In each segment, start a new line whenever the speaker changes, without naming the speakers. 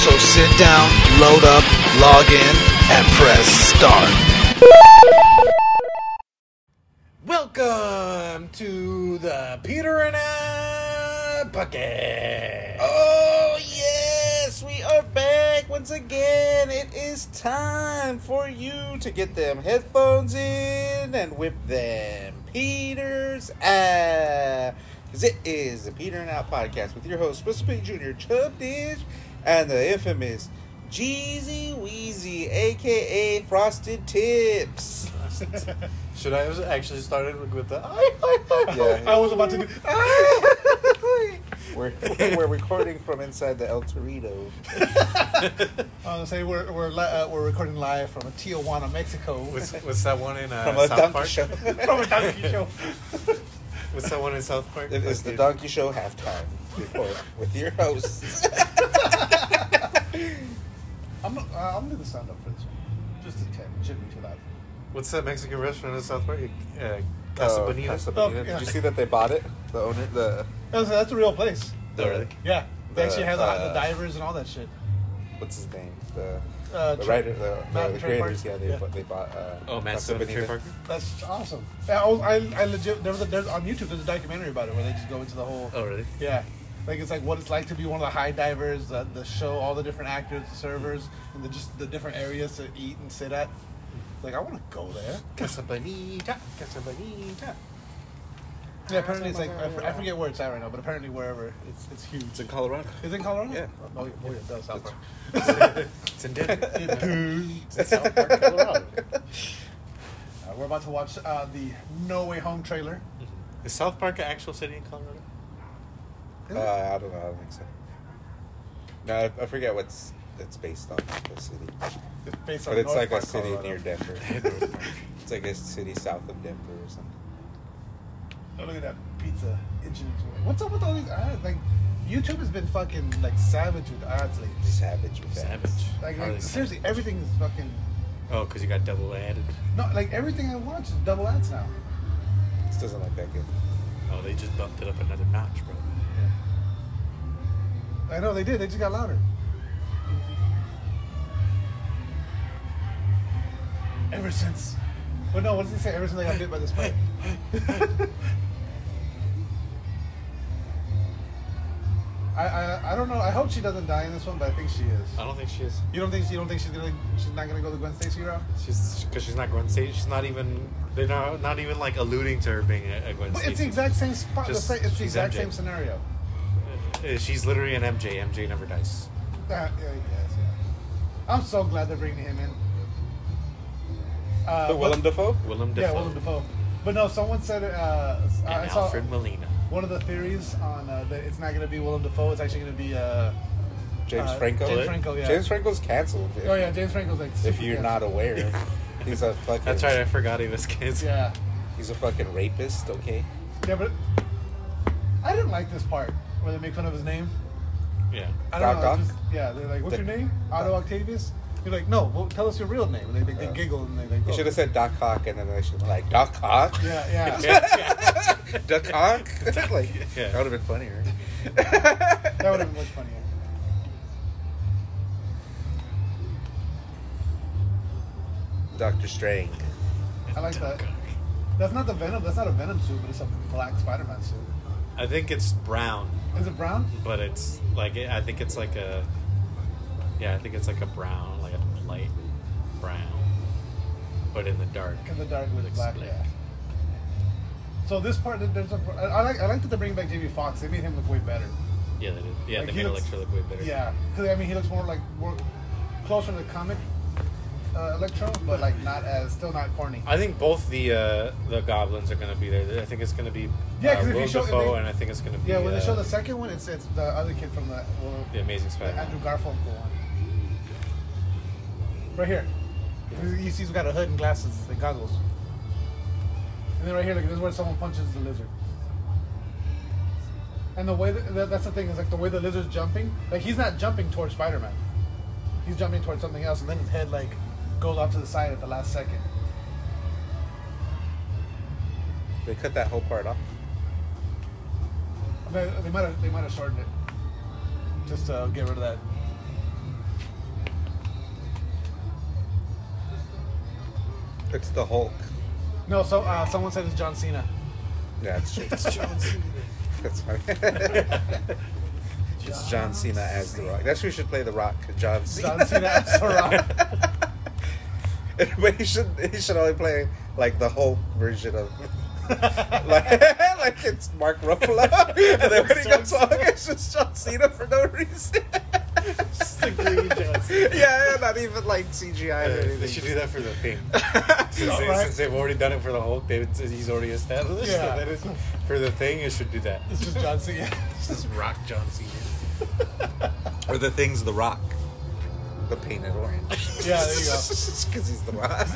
So sit down, load up, log in, and press start.
Welcome to the Peter and I Bucket.
Oh, yes, we are back once again. It is time for you to get them headphones in and whip them Peter's ass. Because it is the Peter and Out podcast with your host, Mr. Pete Jr., Chubb Dish, and the infamous Jeezy Weezy, aka Frosted Tips.
Should I have actually started with, with the? uh,
I was about to do.
We're, we're recording from inside the El Torito.
I was gonna say we're we're li- uh, we're recording live from Tijuana, Mexico.
was, was that one in uh,
From a
South
donkey
Park?
show.
from a donkey show.
Was that one in South Park?
It is the
Okay.
Donkey Show halftime report with your hosts.
I'm gonna, uh, I'm gonna do the sound up for this one, just a tad. It shouldn't be too loud.
What's that Mexican restaurant in South Park? Uh, Casa
Oh,
Bonita.
Casa
Oh,
Bonita.
yeah.
Did you see that they bought it? The owner, the
That was- that's a real place.
Oh, really?
Yeah, they
The,
actually have the,
uh,
the divers and all that shit.
what's his name? The,
Uh,
the
Trey-
writer, the,
Matt
the, the
Trey
creators.
Parker.
Yeah, they
Yeah.
bought. They bought uh,
Oh, Matt
Casa
Stone, Trey
Bonita.
Parker.
That's awesome. Yeah, I, was, I, I legit there was a, there's on YouTube there's a documentary about it where they just go into the whole.
Oh, really?
Yeah. Like it's like what it's like to be one of the high divers, uh, the show, all the different actors, the servers, and the just the different areas to eat and sit at. Like I want to go there.
Casa Bonita. Casa Bonita.
Yeah, apparently it's like I, f- I forget where it's at right now, but apparently wherever it's it's huge.
It's in Colorado.
Is it in Colorado?
Yeah.
Oh, yeah, oh, yeah, it does. South Park.
It's in Denver.
It does.
it's in South Park, Colorado.
Uh, we're about to watch uh, the No Way Home trailer.
Is South Park an actual city in Colorado?
Uh, I don't know. I don't think so. No, I, I forget what's it's based on the city,
It's based on
but it's
North
like
Park,
a city
Colorado.
near Denver. it's like a city south of Denver or something.
Oh, look at that pizza itching its way. What's up with all these ads? Like, YouTube has been fucking like savage with ads lately.
Savage with that.
Savage.
Like,
Harley
like seriously, everything is fucking.
Savage. Oh, because you got double added.
No, like everything I watch is double ads now.
This doesn't look that good.
Oh, they just bumped it up another notch, bro.
Uh, I know they did. They just got louder. Ever since. Well, no, what does it say? Ever since I got bit by the spider. I, I I don't know. I hope she doesn't die in this one, but I think she is.
I don't think she is.
You don't think you don't think she's gonna she's not gonna go the Gwen Stacy route?
She's because she's not Gwen Stacy. She's not even. They're not, not even like alluding to her being a, a Gwen
But it's the
Stacy.
exact same spot. the
Just-
sa- it's the
she's
exact
MJ.
same scenario.
Uh, She's literally an MJ. MJ never dies.
Uh, yeah, yes, yeah. I'm so glad they're bringing him in.
But
Uh, but-
Oh, Willem Dafoe.
Willem Dafoe.
Yeah, Willem Dafoe. But no, someone said uh,
And
I I saw
Alfred Molina.
one of the theories on uh, that it's not going to be Willem Dafoe. It's actually going to be. Uh,
James
uh,
Franco.
James Franco, yeah.
James Franco's canceled. If,
oh yeah, James Franco's like.
if
super
you're not
canceled.
aware, he's a fucking.
That's right. I forgot he was canceled.
Yeah,
He's a fucking rapist. Okay.
yeah, but I didn't like this part where they make fun of his name.
Yeah.
I don't
Doc
know. I
Ock?
Just, yeah, they're like, "What's
The-
your name? Otto Octavius." You're like, "No, well, tell us your real name." And they, they,
Yeah.
they giggle and they, they go.
You should have said Doc Hawk, and then they should have been like Doc Hawk.
Yeah, yeah.
Doc Hawk. like
Yeah.
that would have been funnier.
That would have been much funnier.
Doctor Strange.
I like that. That's not the Venom. That's not a Venom suit, but it's a black Spider-Man suit.
I think it's brown,
Is it brown?
but it's like I think it's like a. Yeah, I think it's like a brown, like a light brown, but in the dark.
In the dark with
Like
black.
split.
Yeah. So this part, there's a. I I like. I like that they're bringing back Jamie Foxx. They made him look way better.
Yeah, they did. Yeah,
Like,
they
he
made
looks-
Electra look way better.
Yeah, because I mean, he looks more like more closer to comic uh, Electro, but like not as still not corny.
I think both the uh, the goblins are gonna be there. I think it's gonna be
Yeah,
uh,
'cause if you
Willem
show- if
Dafoe,
they-
and I think it's gonna be
yeah, when
uh,
they show the second one, it's it's the other kid from the well,
the Amazing
the
Spider-Man.
Andrew Garfield one. Right here. You- You see, he's got a hood and glasses and goggles. And then right here, look, this is where someone punches the lizard. And the way that, that- that's the thing is like the way the lizard's jumping, like he's not jumping towards Spider-Man. He's jumping towards something else, and then his head like goes off to the side at the last second.
They cut that whole part off.
I mean, they might have they might have shortened it just to get rid of that.
It's the Hulk.
No, so uh, someone said it's John Cena.
Yeah, it's, it's John Cena. That's funny. it's John Cena as The Rock. That's who should play The Rock. John Cena.
John Cena as The Rock.
but he should he should only play like the Hulk version of like, like it's Mark Ruffalo. and then when he
John
goes on, it's just John Cena for no reason.
Just the green John Cena.
Yeah, not even like CGI or
Uh,
anything.
they should do that for the thing.
that.
Since, they,
Alright.
since they've already done it for the Hulk, they, he's already established.
Yeah.
So that is, for the thing, it should do that.
It's just John Cena.
This is Rock John Cena.
or the thing's The Rock. The painted orange.
Yeah, there you go.
Because he's The Rock.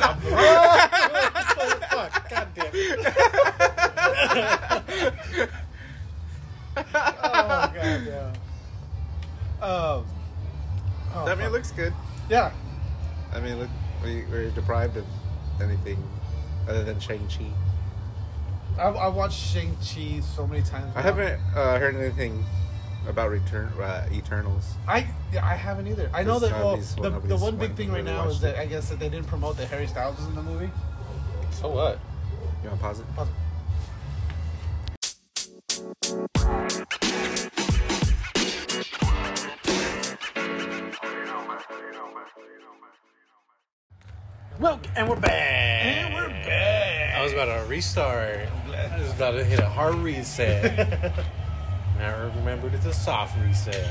Fuck, goddamn it.
oh god, yeah. Um, oh,
I mean,
fuck.
it looks good.
Yeah,
I mean, look, we, we're deprived of anything other than Shang-Chi.
I, I watched Shang Chi so many times.
I
now.
haven't uh, heard anything about Return uh, Eternals.
I yeah, I haven't either. I know
There's
that. Well,
zombies,
the,
well,
the
nobody's-
one big thing right
nobody
now is
watched
that
it.
I guess that they didn't promote that Harry Styles was in the movie.
So what?
You want to pause it?
Pause it.
Well, and we're back. And we're back. I was about to restart. I was about to hit a hard reset. and I remembered it's a soft reset.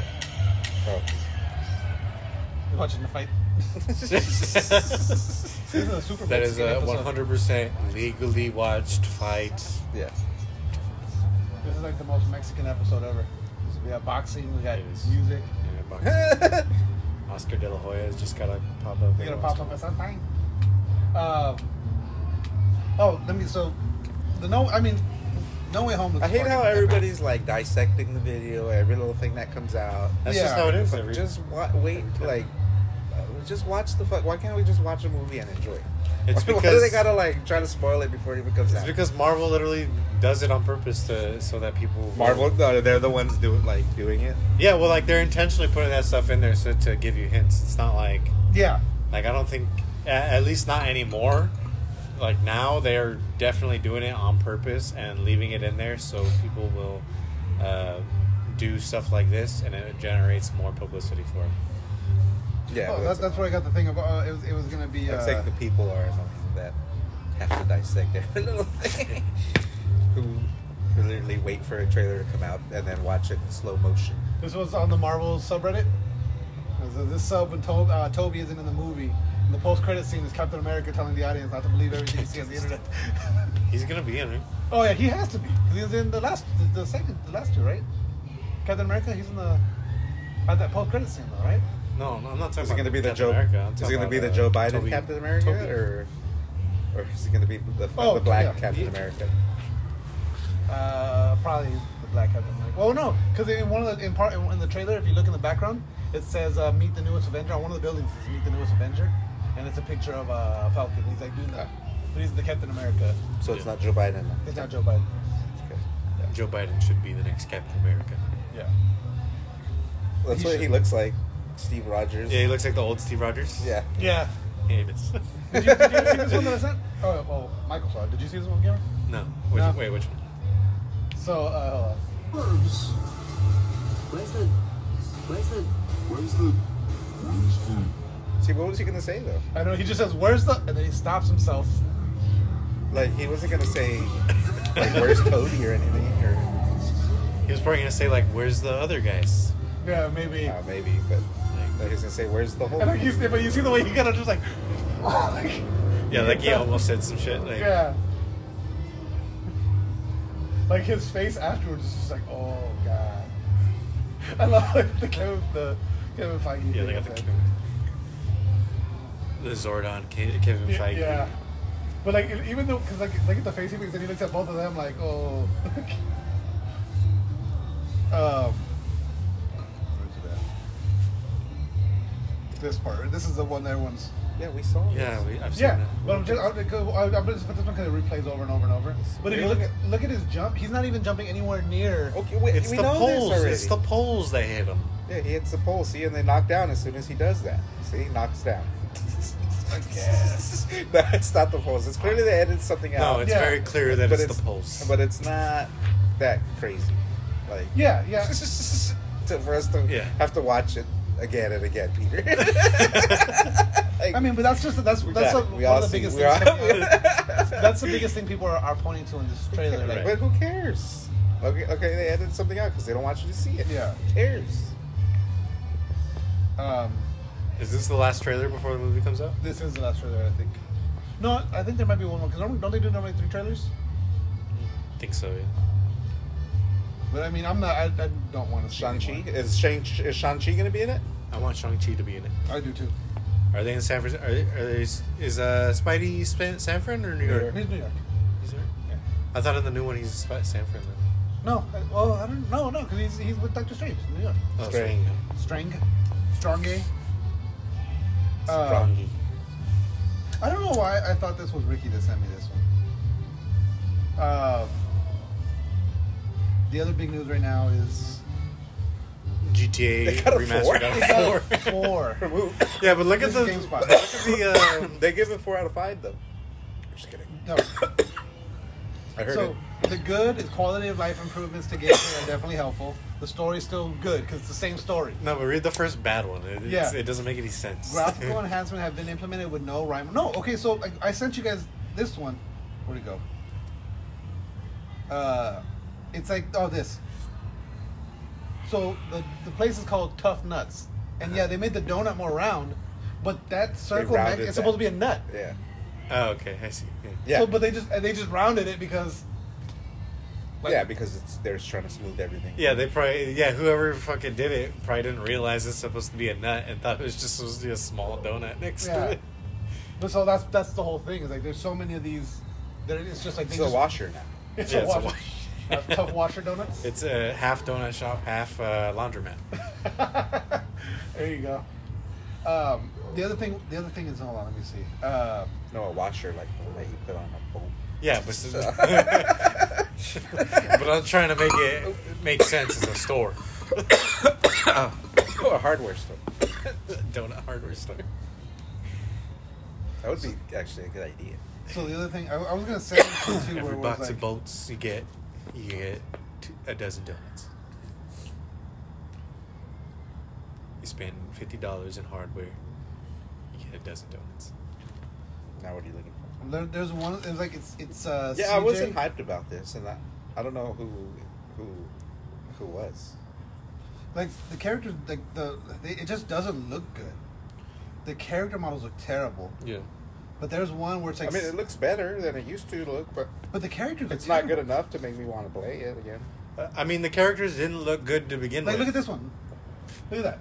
You're watching the fight.
that
This is a super.
is
Mexican
a
episode.
100% legally watched fight.
Yeah.
This is like the most Mexican episode ever. We got boxing. We got
It is.
music.
Yeah, boxing. Oscar De La Hoya has just got to pop up.
They gotta
every
pop up
once
at some time. Um. Oh, let me. So, the no. I mean, No Way Home. looks
I hate
fucking
how
epic.
everybody's like dissecting the video, every little thing that comes out.
in a while. That's
Yeah.
just how it is.
But
Every,
just wa- wait, like, uh, just watch the fuck. Why can't we just watch a movie and enjoy it?
It's
Why do
because-
they gotta like try to spoil it before it even comes
it's
out.
because Marvel literally does it on purpose to so that people
Marvel, no, they're the ones doing like doing it.
Yeah, well, like they're intentionally putting that stuff in there so to give you hints. It's not like
Yeah.
like I don't think a- at least not anymore. Like now they are definitely doing it on purpose and leaving it in there so people will uh, do stuff like this and it generates more publicity for it.
Yeah,
Oh,
that's,
that's, that's where I got the thing about. Uh, it was. It was gonna be. Uh,
It's like the people are that have to dissect every little thing. Who who literally wait for a trailer to come out and then watch it in slow motion.
This was on the Marvel subreddit. This- This sub when Tob uh, Toby isn't in the movie. And the post-credit scene is Captain America telling the audience not to believe everything you see on the internet.
He's gonna be in it.
oh yeah, he has to be. 'cause He was in the last, the, the second, the last two, right? Captain America. He's in the at that post-credit scene though, right?
No, no, I'm not talking
Is
about
it going to be the
Captain
Joe?
America. I'm
Is it
talking
going to be the
about, uh,
Joe Biden
Toby-
Captain America,
Toby.
or or is it going to be the,
Oh,
the black
yeah.
Captain
Yeah.
America?
Uh, probably the Black Captain America. Well, no, because in one of the in part in the trailer, if you look in the background, it says uh, "Meet the newest Avenger." On one of the buildings, it says "Meet the newest Avenger," and it's a picture of uh, Falcon. He's like doing that, but he's the Captain America.
So it's not Joe Biden.
It's not Joe Biden.
Okay.
Joe Biden should be the next Captain America.
Yeah.
That's
He
what he
should-
looks like, Steve Rogers.
Yeah, he looks like the old Steve Rogers.
Yeah.
Yeah.
Hey, it's-
Did you, did you see this one that I sent? Oh, well, Michael saw it. Did you see this one, Cameron?
no, which,
No.
wait, which one?
So, uh, hold on.
Where's the? Where's the? Where's the?
See, what was he going to say though?
I know he just says, "Where's the?" and then he stops himself.
Like he wasn't going to say like where's Toby or anything or
He was probably gonna say like, "Where's the other guys?"
Yeah, maybe.
uh, maybe, but like, he's going to say where's the whole.
and like you, see- but you see the way he kind of just like, like-
Yeah, like he almost said some shit. Like,
Yeah. Like his face afterwards is just like, oh god. I love like, the Kevin the Kevin Feige.
yeah,
thing
they got
with
the.
the
that.
Zordon, Ke- Kevin
Yeah,
Feige.
yeah. But like, it- even though, cause like, look at the face he makes, and he looks at both of them like, oh. um. where's it at? This part. This is the one that everyone's.
Yeah, we saw.
Yeah,
this.
we, I've seen
Yeah,
that.
but I'm just, I'm, I'm I'm just, but this one kind of replays over and over and over. But if you look at look at his jump, he's not even jumping anywhere near.
Okay, wait,
it's
we
the
know
poles.
this already.
It's the poles that hit him.
yeah, he hits the pole. See, and they knock down as soon as he does that. See, he knocks down. no, it's not the poles. It's clearly they added something else.
No, Oh, it's
Yeah.
very clear that it's, the poles.
But it's not that crazy. Like
Yeah, yeah.
to, for us to
Yeah.
have to watch it again and again, Peter. Like,
I mean, but that's just that's
we
that's
got
a,
it.
one
we all
of the
see.
biggest
We
things.
all,
coming out. that's the biggest thing people are, are pointing to in this trailer. Like,
But who cares? Okay, okay, they added something out because they don't want you to see it.
Yeah.
who cares?
um,
Is this the last trailer before the movie comes out?
this is the last trailer, I think. No, I think there might be one more because normally don't they do normally three trailers?
I think so. Yeah.
But I mean, I'm not. I, I don't want to see
Shang Chi
anymore.
is Shang is Shang Chi going to be in it?
I want Shang Chi to be in it.
I do too.
Are they in San Francisco? Are, they- are they, is uh, Spidey Sp- San Fran or New York?
He's New York.
He's there?
Yeah.
I thought in the new one he's Sp- San Fran. Then.
No, I, well, I don't. No, no, because he's he's with Doctor Strange. in New York.
Oh,
Strange.
sorry.
Strang, Strange. Uh,
Strongy.
I don't know why I thought this was Ricky that sent me this one. Uh, the other big news right now is
GTA
They got a
remastered
four.
got a
They got
four.
four.
yeah, but look at
This
the
is
look
GameSpot.
at the. Um,
they give it four out of five though. Just kidding.
No.
I heard
So
it.
the good is quality of life improvements to gameplay are definitely helpful. The story's still good because it's the same story.
no, but read the first bad one. It, it's-
Yeah.
it doesn't make any sense.
Graphical enhancement have been implemented with no rhyme. No, okay, so like, I sent you guys this one. Where'd it go? Uh, it's like oh this. So the the place is called Tough Nuts, and yeah, they made the donut more round, but that circle back,
rounded
it's
that.
supposed to be a nut.
Yeah.
oh, okay, I see. Yeah.
Yeah.
So, but they just and they just rounded it because. like,
yeah, because it's they're just trying to smooth everything.
Yeah, they probably yeah whoever fucking did it probably didn't realize it's supposed to be a nut and thought it was just supposed to be a small donut next
Yeah.
to it.
But so that's that's the whole thing. Is like there's so many of these. That it's just like they
It's a
just-
washer now.
It's
Yeah,
a
it's a
washer.
wash.
Uh, tough washer donuts.
It's uh, a half donut shop, half uh, laundromat.
there you go. Um, the other thing, the other thing is hold on, let me see. Uh,
No, a washer like the one that you put on a boat.
Yeah, but but I'm trying to make it make sense as a store,
Oh, a hardware store.
donut hardware store.
That would be actually a good idea.
so the other thing I, I was gonna say this too, where
Every
it was
box
like,
of bolts you get, you get two, a dozen donuts. You spend fifty dollars in hardware, you get a dozen donuts.
Now, what are you looking for?
there, there's one. It was like it's it's uh,
Yeah,
CJ,
I wasn't hyped about this, and I, I don't know who who who was.
Like the characters, like the they, it just doesn't look good. The character models look terrible,
Yeah.
but there's one where it's
I
like,
mean, it looks better than it used to look, but
but the characters, look
it's not good
terrible.
enough to make me want to play it again.
Uh, I mean, the characters didn't look good to begin
Like
with.
look at this one, look at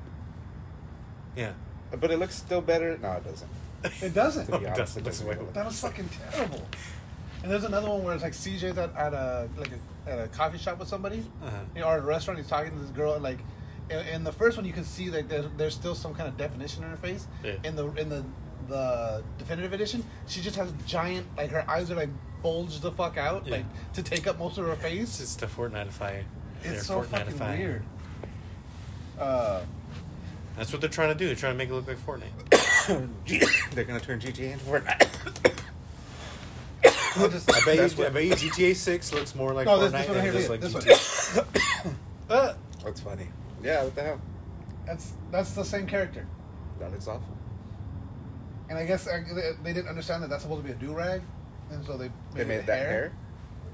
Yeah.
But it looks still better. No, it doesn't.
that. It doesn't.
To
Oh,
be
it
honest,
doesn't
it
look
doesn't
way
look
That was fucking terrible. And there's another one where it's like CJ's at, at a like a, at a coffee shop with somebody,
Uh-huh.
you know, or at a restaurant. He's talking to this girl, and like, in, in the first one you can see that there's, there's still some kind of definition in her face.
Yeah.
In the in the the definitive edition, she just has giant like her eyes are like bulged the fuck out,
Yeah.
like to take up most of her face.
It's just a Fortniteify. They're
It's so fucking
Fortniteifying.
weird. Uh,
That's what they're trying to do. They're trying to make it look like Fortnite.
They're gonna turn GTA into Fortnite.
I just
I bet,
That's
you, I
what-
bet you GTA 6 looks more like
no,
Fortnite
this, this one
than
here,
it does
this,
like
this
GTA.
one.
Uh,
That's funny. Yeah, what the hell?
That's that's the same character.
That looks awful.
And I guess uh, they- they didn't understand that that's supposed to be a do rag, and so they
They made
it
that hair.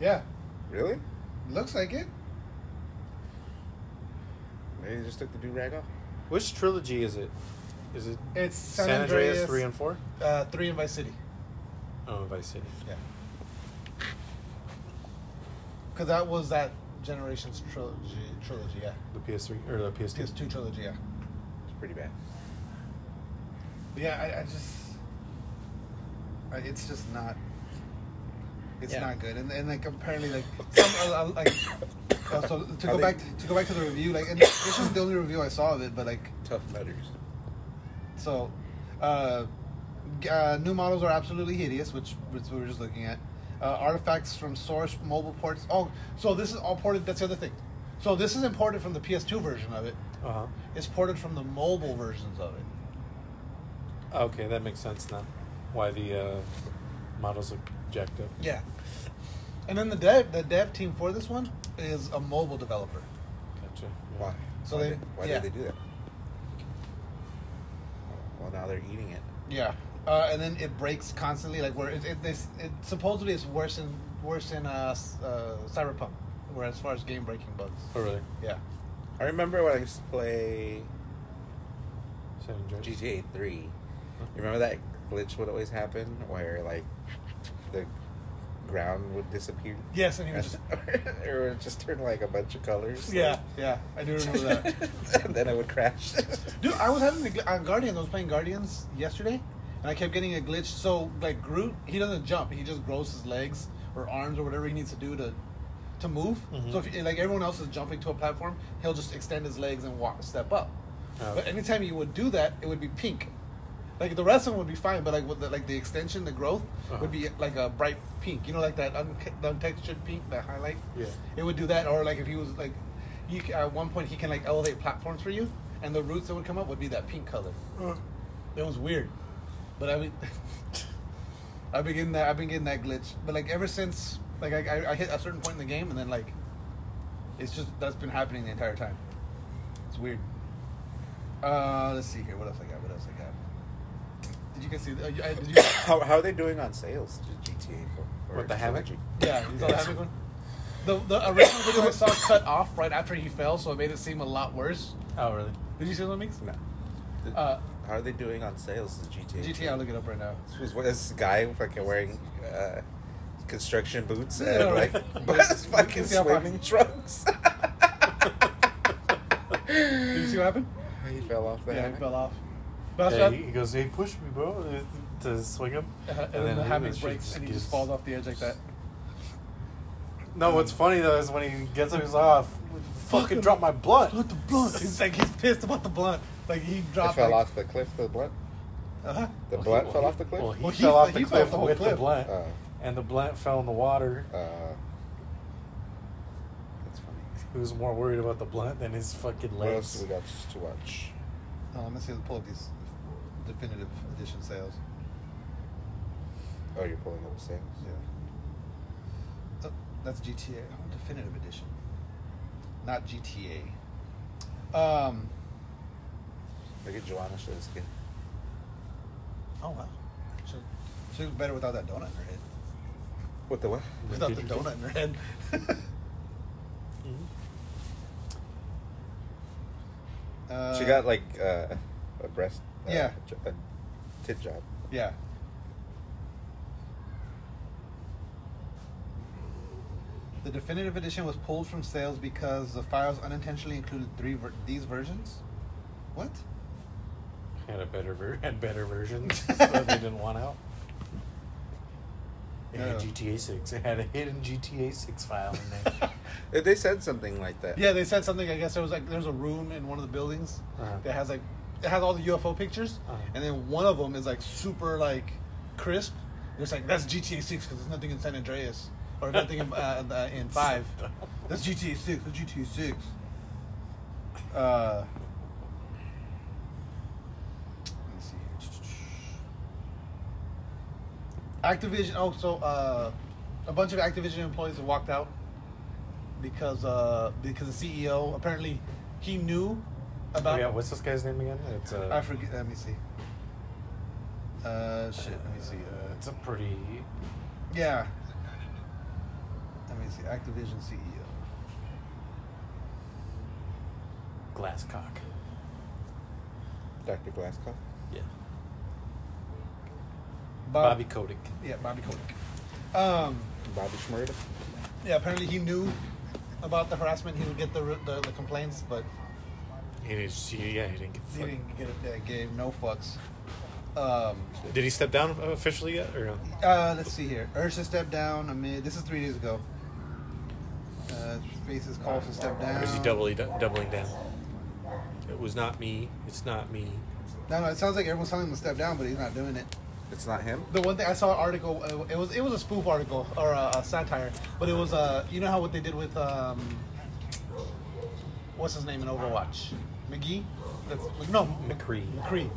Yeah,
Really?
looks like it.
Maybe they just took the do rag off.
which trilogy is it? Is it
It's San,
San, Andreas, 3 and 4?
uh, three in Vice City.
Oh, Vice City.
Yeah, because that was that generation's trilogy. Trilogy, yeah.
The PS3 or the PS2.
PS2 trilogy, yeah.
It's pretty bad.
But yeah, I, I just Uh, It's just not. It's
Yeah.
not good, and, and like apparently like some uh, uh, like uh, so to
I
go
think-
back to, to go back to the review like and this is the only review I saw of it, but like
Tough letters.
so, uh, g- uh, new models are absolutely hideous, which, which we were just looking at. Uh, artifacts from source mobile ports. Oh, so this is all ported. That's the other thing. So this isn't ported from the PS2 version of it.
Uh-huh.
It's ported from the mobile versions of it.
Okay, that makes sense now. Why the uh, models look jacked up.
Yeah. And then the dev the dev team for this one is a mobile developer.
Gotcha.
Why?
So
why
they-
did, why
yeah.
did they do that? Well, now they're eating it.
Yeah. Uh, and then it breaks constantly, like where it, it, it's it supposedly it's worse in worse in uh, s- uh, Cyberpunk, where as far as game breaking bugs.
Oh, really?
Yeah.
I remember when I used to play
San Andreas?
GTA 3. You remember that glitch would always happen where, like, the ground would disappear?
Yes, and he was just
or it would just turn, like, a bunch of colors.
Yeah, yeah, I do remember that.
and then it would crash.
Dude, I was having a gl- on Guardians. I was playing Guardians yesterday, and I kept getting a glitch. So like Groot, he doesn't jump; he just grows his legs or arms or whatever he needs to do to to move.
Mhm.
So if like everyone else is jumping to a platform, he'll just extend his legs and walk, step up.
Oh.
But anytime you would do that, it would be pink. Like the rest of them would be fine, but like with the, like the extension, the growth
Uh-huh.
would be like a bright pink. You know, like that un- the untextured pink, that highlight.
Yeah.
It would do that, or like if he was like, you c- at one point he can like elevate platforms for you, and the roots that would come up would be that pink color. It was weird, but I mean, I've been getting that. I've been getting that glitch. But like ever since, like I, I, I hit a certain point in the game, and then like, it's just that's been happening the entire time. It's weird. Uh, let's see here. What else I got? What else I got? Did you guys see? The, uh, you- I- did you,
how, how are they doing on sales? Just GTA 4.
With the Havoc?
yeah, you saw the Havoc one. The, the original video I saw cut off right after he fell, so it made it seem a lot worse.
Oh, really?
Did you see what I mean?
No. The-
Uh,
how are they doing on sales? The GTA.
GTA, I'll look it up right now.
This was what this guy fucking wearing uh, construction boots
Yeah,
and
right.
like bus fucking
Yeah, fuck.
swimming trunks.
Did you see what happened?
he fell off the
yeah,
hammock.
he fell off. But that's
Yeah,
what-
he, he goes, hey, push me, bro, uh, to swing him.
uh, and, then, the
he
hammock
just
breaks and he just
gets-
falls off the edge like that.
No, what's funny, though, is when he gets up, he's off. Fucking drop my blood.
What the blunt? He's like he's pissed about the blunt. Like he
It
dropped.
fell
like,
off the cliff. The blunt.
Uh-huh.
The blunt fell off the cliff.
Well, he
Well, he
fell
fe-
off the
he fell off
cliff
the whole
with the
cliff.
blunt,
Uh.
and the blunt fell in the water.
uh, that's funny.
He was more worried about the blunt than his fucking
What else
legs.
do we got to watch?
Oh, let me see. Pull up these definitive edition sales.
Oh, you're pulling up sales.
Yeah. Uh, that's GTA. Oh, definitive edition. Not GTA. Um.
Look at Joanna Shoskin.
Oh wow. She, she was better without that donut in her head.
What the what?
Without the donut in her head.
Mhm.
uh,
she got like uh, a breast. Uh,
Yeah.
j- A tit job.
Yeah. The definitive edition was pulled from sales because the files unintentionally included three ver- these versions. What?
Had a better ver- had better versions that they didn't want out. It had
Yeah.
GTA Six. It had a hidden GTA Six file in there.
They- They said something like that.
Yeah, they said something. I guess there was like there's a room in one of the buildings
Uh-huh.
that has like it has all the UFO pictures,
Uh-huh.
and then one of them is like super like crisp. It's like that's GTA Six because there's nothing in San Andreas or nothing in, uh, uh, in Five. That's GTA Six. That's GTA Six. Uh, let me see here. Activision. Oh, so uh, a bunch of Activision employees have walked out because uh, because the CEO apparently he knew about.
oh, yeah, what's this guy's name again? It's uh,
I forget. Let me see. Uh, shit. Let me see.
Uh,
Uh,
it's a pretty.
yeah. Let me see. Activision E CEO.
Glass cock.
Dr. Glasgow.
Yeah.
Bob-
Bobby Kotick.
Yeah, Bobby Kotick. Um,
Bobby Schmurda.
yeah. Apparently he knew about the harassment. He would get the the, the complaints, but
He didn't. He, yeah, he didn't get.
he didn't get it. Uh, gave no fucks. Um,
Did he step down officially yet? Or no?
uh, let's see here. Ursa stepped down amid. This is three days ago. Uh, faces call for step down.
Or is he doubly doubling down? It was not me. It's not me.
No, no, it sounds like everyone's telling him to step down, but he's not doing it.
It's not him.
The one thing I saw an article, uh, it was it was a spoof article or a, a satire, but it was uh, you know how what they did with um, what's his name in Overwatch, McGee, that's no
McCree.
McCree.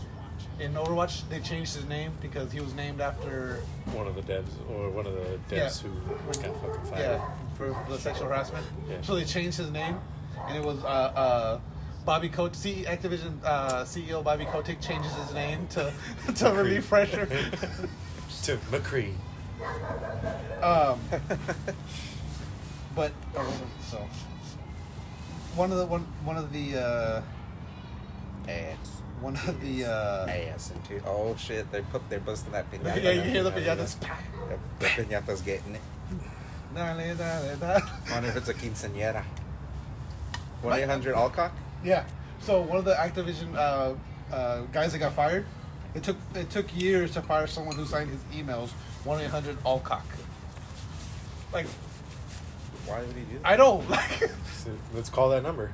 In Overwatch, they changed his name because he was named after
One of the devs or one of the
Yeah.
devs who got fucking fired.
yeah for, for the sexual harassment.
Yeah.
So they changed his name, and it was uh, uh, Bobby Kotick. C- Activision uh, CEO Bobby Kotick changes his name to to relieve pressure.
To McCree.
Um, but oh, so one of the one one of the uh,
Ass.
one of the uh,
Ass and two. Oh shit! They put they're busting that
yeah,
pinata.
you hear the
now.
piñatas.
The, the pinata's getting it.
Dale, dale, dale.
Wonder if it's a quinceañera. One eight hundred Alcock.
Yeah. So one of the Activision uh, uh, guys that got fired, it took it took years to fire someone who signed his emails one eight hundred Allcock. Like
Why would he do that?
I don't like
So let's call that number.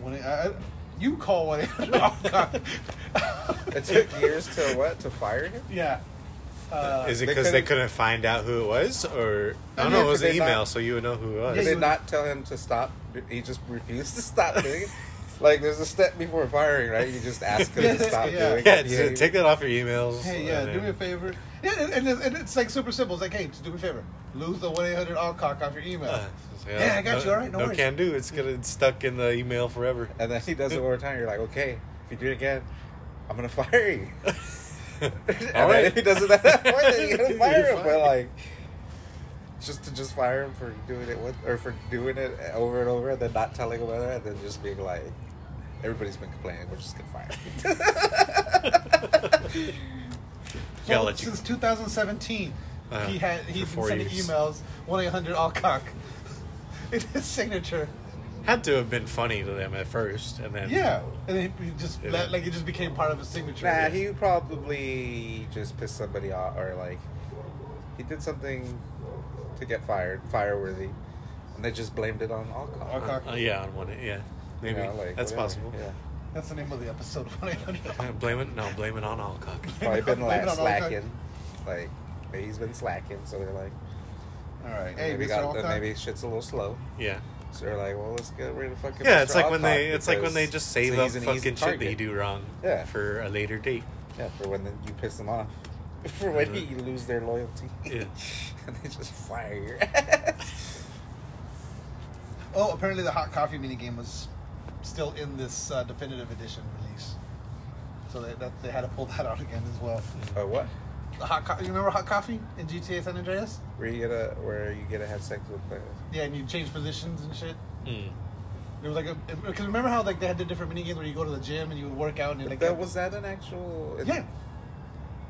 one. I, I, you call one eight hundred Allcock.
It took years to what to fire him.
Yeah. Uh,
is it
they
because they
couldn't-
couldn't find out who it was, or I
I
don't
mean,
know? It was
could
an
they
email,
not-
so you would know who it
Did
was.
they
you-
not tell him to stop? He just refused to stop doing it. Like there's a step before firing, right? You just ask him to
Yeah,
stop
yeah.
doing
yeah,
it.
just uh, take that off your emails.
Hey, yeah,
and
do me a
then-
favor. Yeah, and, and, it's, and it's like super simple. It's like, hey, just do me a favor. Lose the 1 800 Alcock off your email.
Uh, so,
yeah, I got
no-
you. All right, no,
no
worries.
can do. It's gonna it's stuck in the email forever.
And then he does it one more time. You're like, okay, if you do it again, I'm gonna fire you. and then
right.
if he does it at that point, then you gotta
You're
fire him.
fired.
But like, just to just fire him for doing it with, or for doing it over and over, and then not telling him about it, and then just being like, everybody's been complaining, we're just gonna fire. him."
So,
Yeah, I'll let you.
since 2017,
Uh,
he had he's
for
been
four
sending
years.
emails 1 800 Alcock in his signature.
Had to have been funny to them at first, and then
Yeah. And then he just,
Yeah.
that- like, it just became part of his signature.
Nah, he probably just pissed somebody off, or like he did something to get fired, fireworthy, and they just blamed it on alcohol.
Alcock.
Uh, yeah, on one, yeah,
You
maybe
know, like,
that's
whatever,
possible.
Yeah.
That's the name of the episode 1 800
Uh, Blame it, no, blame it on Alcock.
Probably been like
Blame it on Alcock.
slacking, like he's been slacking, so they're like,
All right. Hey,
maybe,
Mr.
got,
Alcock.
maybe shit's a little slow,
Yeah,
so they're like, well, let's get rid of fucking.
yeah.
Mr.
It's like when
Alcock
they, it's like when they
because
just save up
he's an easy
fucking shit that you
target.
do wrong,
Yeah.
for a later date.
Yeah, for when you piss them off, for when you lose their loyalty,
Mm-hmm. Yeah.
and they just fire your ass.
Oh, apparently the hot coffee mini game was still in this uh, definitive edition release, so they that, they had to pull that out again as well.
Uh, what?
The hot co- you remember hot coffee in GTA San Andreas?
Where you gotta, where you gotta have sex with players.
Yeah, and you change positions and shit.
Mm.
It was like a because remember how like they had the different mini games where you go to the gym and you would work out and you like
that was that an actual?
yeah.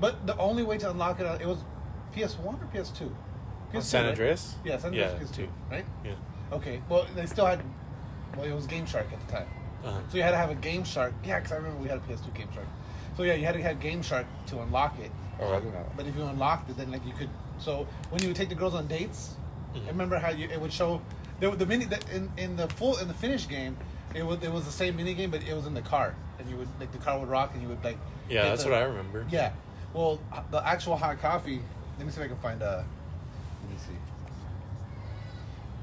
But the only way to unlock it uh, it was PS One or PS Two.
San Andreas?
Yeah, San Andreas
Yeah,
PS Two,
two.
right?
Yeah.
Okay. Well, they still had. Well, it was Game Shark at the time.
Uh,
So you had to have a Game Shark. Yeah, because I remember we had a PS2 Game Shark. So yeah, you had to have Game Shark to unlock it.
Oh, I don't know.
But if you unlocked it, then like you could. So when you would take the girls on dates,
Mm-hmm.
I remember how you it would show there were the mini the, in in the full in the finished game. It was it was the same mini game, but it was in the car, and you would like the car would rock, and you would like.
yeah,
hit
that's
the-
what I remember.
Yeah, well, h- the actual hot coffee. Let me see if I can find a. Let me see.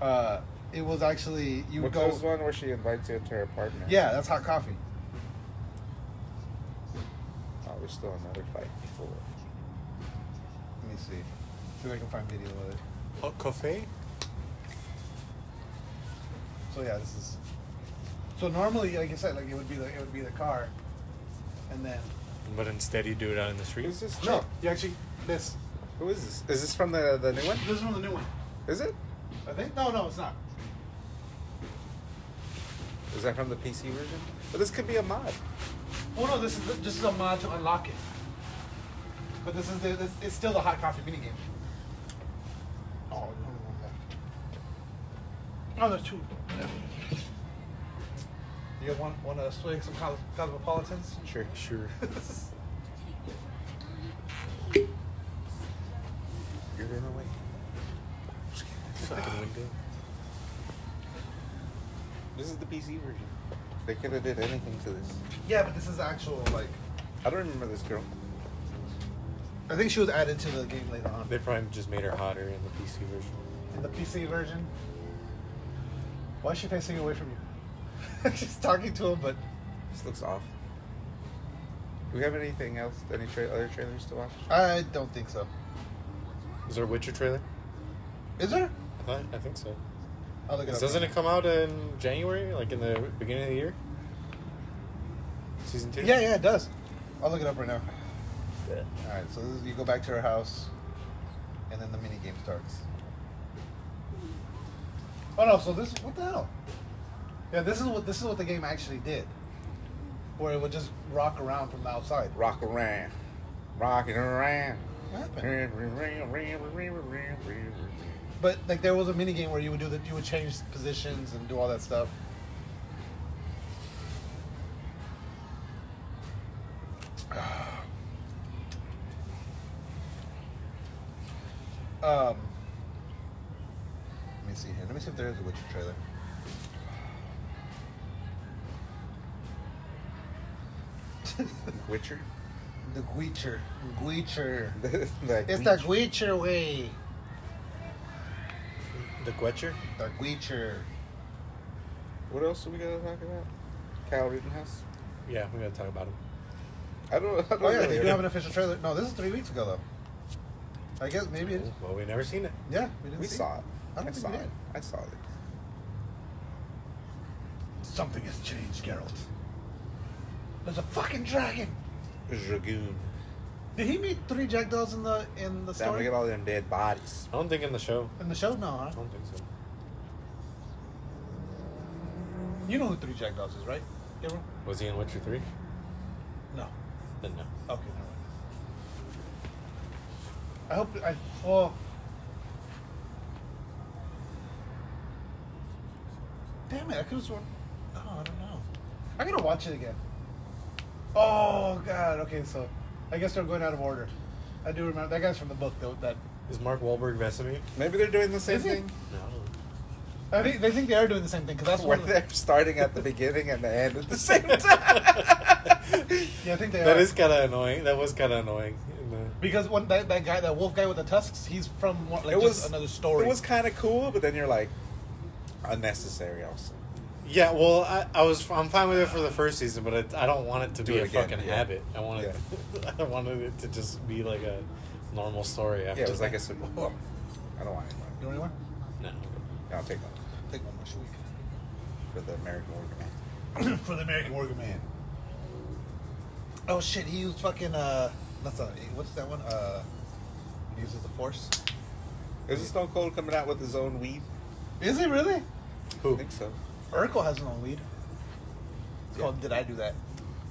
Uh, it was actually you would
Which
go.
was one where she invites you into her apartment.
Yeah, that's hot coffee.
Oh, there's still another fight before.
Let me see. See if I can find video of it.
Oh, cafe.
So yeah, this is. So normally, like I said, like it would be the it would be the car, and then
But instead, you do it out in the street.
Who's this?
no,
chick?
you actually this
Who is this? Is this from the the new one?
this is from the new one.
Is it?
I think no, no, it's not.
Is that from the PC version? But this could be a mod.
Oh no, this is the, this is a mod to unlock it. But this is the this, it's still the hot coffee mini game. Oh, no, no, no, no. oh, there's two. You guys want want to swig some cos- cosmopolitans?
Sure.
Sure. in the way.
Ah.
Fucking window.
This is the PC version. They could have did anything to this.
Yeah, but this is actual like.
I don't remember this girl.
I think she was added to the game later on.
They probably just made her hotter in the PC version.
In the PC version. Why is she facing away from you? She's talking to him, but
This looks off. Do we have anything else? Any tra- other trailers to watch? Ah,
I don't think so.
Is there a Witcher trailer?
Is there?
I thought, I think so.
I'll look it up.
Doesn't it come out in January, like in the beginning of the year? Season two.
Yeah, yeah, it does. I'll look it up right now. All right, so this is, you go back to her house, and then the mini game starts. Oh no! So this what the hell? Yeah, this is what this is what the game actually did, where it would just rock around from the outside.
Rock around. Rocking around.
What happened?
That's
But like there was a mini game where you would do that, you would change positions and do all that stuff. Um, let me see here. Let me see if there is a Witcher trailer.
Witcher?
The Gwitcher. Gwitcher.
The
It's the Gwitcher way.
The Witcher.
The Gwitcher.
What else do we gotta talk about? Kyle Rittenhouse?
Yeah, we gotta talk about him.
I don't. I don't
Oh yeah, they
really-
do have an official trailer. No, this is three weeks ago though. I guess maybe it's
Well, we never seen it.
yeah. We, didn't
We
see
saw it.
I
I
don't think
saw
we
it.
did.
I saw it.
Something has changed, Geralt. There's a fucking dragon.
Dragoon.
Did he meet three jackdaws in the in
Time to
the story?
get all them dead bodies.
I don't think in the show.
In the show, no. Huh?
I don't think so.
You know who three jackdaws is, right? Gabriel?
Was he in Witcher three?
No.
Then no.
Okay, never mind. I hope I well. Damn it! I could have sworn. Oh, I don't know. I gotta watch it again. Oh God. Okay, so I guess they're going out of order. I do remember that guy's from the book though. That
Is Mark Wahlberg Vesemy?
Maybe they're doing the same
Is it?
thing.
No.
I think they think they are doing the same thing because that's
Where
one. Of the,
they're starting at the beginning and the end at the same time.
yeah, I think they
That
are.
is kind of annoying. That was kind of annoying. In the,
because when that, that guy, that wolf guy with the tusks, he's from one- like
it
just
was
another story.
It was kind of cool, but then you're like, unnecessary. Also,
yeah, well, I, I was I'm fine with it for the first season, but it, I don't want it to
Do
be
it
a
again,
fucking
yeah.
habit. I wanted I wanted it to just be like a normal story. After
yeah, it was like a.
that.
sub- Oh, I don't want anyone.
You know anyone?
no.
Yeah, I'll take one
Take one more week.
for the American Worker Man.
for the American Worker Man. Oh shit, he used fucking uh, that's not what's that one? Uh, he uses the Force.
Is it Stone Cold coming out with his own weed?
Is he really?
I
Who?
think so.
Urkel has his own weed. It's
Yeah.
called Did I Do That?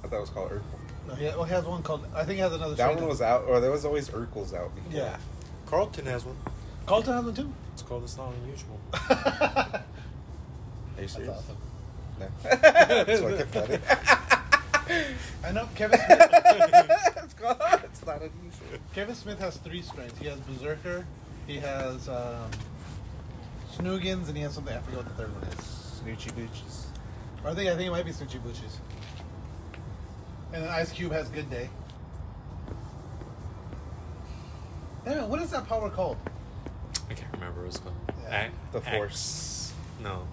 I thought it was called Urkel.
No, he, well, he has one called. I think he has another.
That
straight
one was out, or there was always Urkels out. Before.
Yeah,
Carlton has one.
Carlton has one too.
It's called It's Not Unusual.
Are you serious?
That's awesome.
No. That's what I kept at it.
I know Kevin. Smith,
it's, called, it's not unusual.
Kevin Smith has three strains. He has Berserker, he has um, Snoogans, and he has something. I forget what the third one is.
Snoochie Boochies.
I think I think it might be Snoochie Boochies. And then Ice Cube has Good Day. Damn it, what is that power called?
I can't remember what it's called.
Yeah.
Ac-
The
Ax-
Force.
No.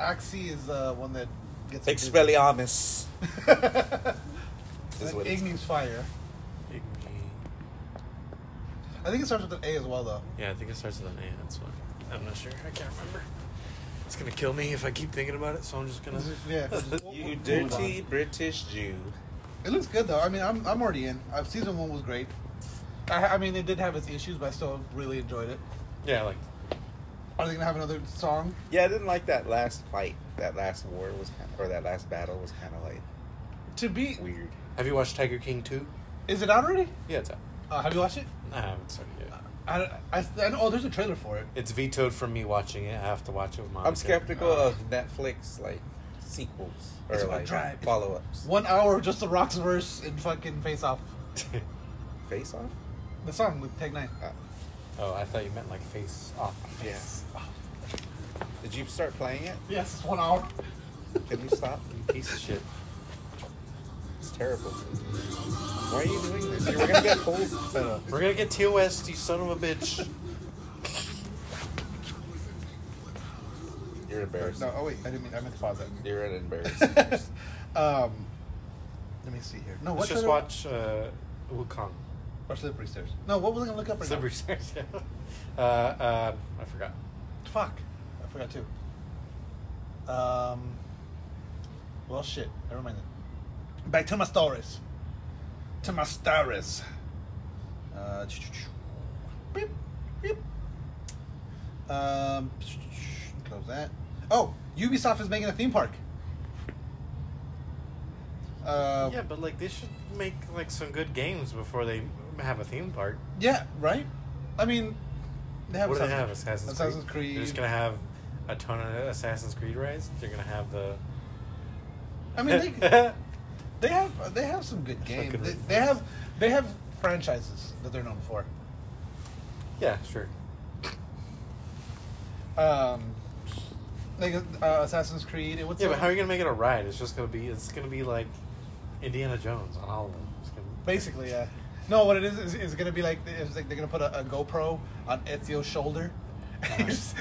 Axie is the one that gets
Expelliarmus.
Is
is what it's-
Igni's fire.
Igni-
I think it starts with an A as well though.
Yeah, I think it starts with an A. That's why. I'm not sure. I can't remember. It's gonna kill me if I keep thinking about it, so I'm just gonna.
Yeah.
You dirty British Jew.
It looks good though. I mean, I'm, I'm already in. Uh, season one was great. I, I mean, it did have its issues, but I still really enjoyed it.
yeah, like
Are they gonna have another song?
Yeah, I didn't like that last fight. That last war was kind of, or that last battle was kind of like
To be,
weird.
Have you watched Tiger King 2?
is it out already?
Yeah, it's out.
Uh, have you watched it?
I haven't started yet.
I, I, I know, oh, there's a trailer for it.
It's vetoed from me watching it. I have to watch it with mom.
I'm skeptical of Netflix like sequels or
It's about
like
drive. It's-
follow ups.
One hour of just the Rock's verse and fucking Face Off.
Face off?
The song with Tech Nine.
Uh,
Oh, I thought you meant like face off.
Yeah. Did you start playing it?
Yes, it's one hour.
Can you stop?
You piece of shit.
It's terrible. Why are you doing this? You're gonna get pulled. Fennel.
We're gonna get TOS, you son of a bitch.
You're embarrassed.
No, oh wait, I didn't mean. I meant to pause that.
You're an embarrassed.
um, let me see here. No,
Let's
what
just
trailer-
watch uh, Wukong.
Or Slippery Stairs. No, what was I gonna look up right
Slippery Stairs. yeah. uh, uh, I forgot.
now? Fuck, I forgot too. Um, well, shit. Never mind. Then. Back to my stories. To my stories. Uh, beep, beep. Um, close that. Oh, Ubisoft is making a theme park. Uh,
yeah, but like they should make like some good games before they have a theme park.
Yeah, right? I mean, they have
what do they
Assassin's-
have? Assassin's,
Assassin's
Creed. They're just gonna have a ton of Assassin's Creed rides. They're gonna have the.
I mean, they, they have they have some good
That's
games.
fucking
They,
ridiculous.
they have they have franchises that they're known for.
yeah, sure.
Um, like uh, Assassin's Creed. And what's
Yeah,
the-
but how are you gonna make it a ride? It's just gonna be it's gonna be like Indiana Jones on all of them. It's gonna-
Basically, yeah. No, what it is is, is going to be like it's like they're going to put a, a GoPro on Ezio's shoulder. it's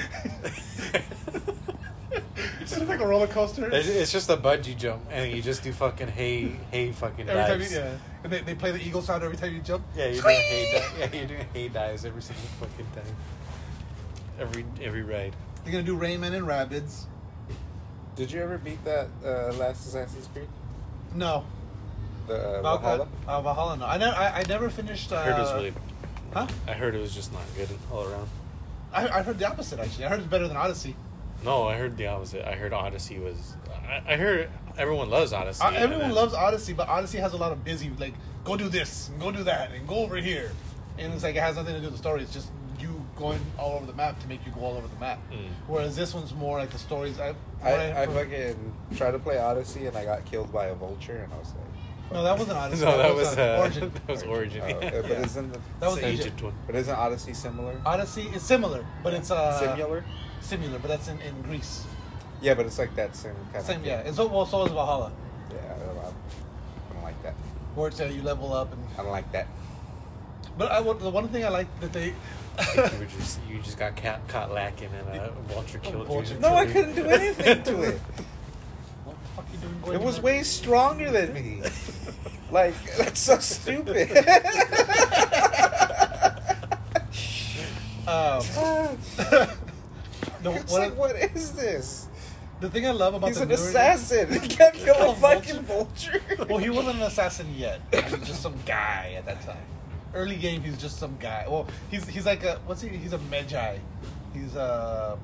just like a roller coaster.
It's, it's just a bungee jump, and you just do fucking hey hey fucking
every time you,
dives.
yeah, and they, they play the eagle sound every time you jump.
Yeah, you're doing hay di- yeah, you're doing hay dives every single fucking time. Every every ride.
They're gonna do Rayman and Rabbids.
Did you ever beat that uh, last Assassin's Creed?
No,
The uh,
Valka-
Valhalla.
Uh, Valhalla. No, I never. I, I never finished. Uh,
I heard it was really
Huh?
I heard it was just not good all around.
I, I heard the opposite actually. I heard it's better than Odyssey.
No, I heard the opposite. I heard Odyssey was I, I heard everyone loves Odyssey.
Uh,
and
everyone
then-
loves Odyssey, but Odyssey has a lot of busy like go do this and go do that and go over here, and it's like it has nothing to do with the story. It's just you going all over the map to make you go all over the map.
Mm.
Whereas this one's more like the stories. I,
I, I fucking tried to play Odyssey and I got killed by a vulture and I was like,
no, that wasn't Odyssey.
No, that was
uh,
uh,
Origin.
That was Origin.
oh,
yeah.
uh, but
Yeah.
isn't the,
That was
It's
Egypt.
Egypt one.
but isn't Odyssey similar?
Odyssey is similar, but it's uh,
Similar?
Similar, but that's in, in Greece.
Yeah, but it's like that same kind
Same,
of
yeah. And so well, so is Valhalla,
Yeah, I don't, know. I don't like that.
where it's uh, you level up and
I don't like that.
But I, what- the one thing I like that they.
you, were just, you just got ca- caught lacking and a vulture killed
vulture
you.
No, I couldn't do anything to it.
what the fuck you doing? going
It
to
was
my-
way stronger than me. Like that's so stupid.
Um, the,
it's
one-
like, what is this?
the thing I love about
He's
the
an
newer-
assassin. He can't kill
Oh,
a fucking vulture.
Well, he wasn't an assassin yet. He was just some guy at that time. Early game, he's just some guy. Well, he's he's like a what's he? He's a magi. He's um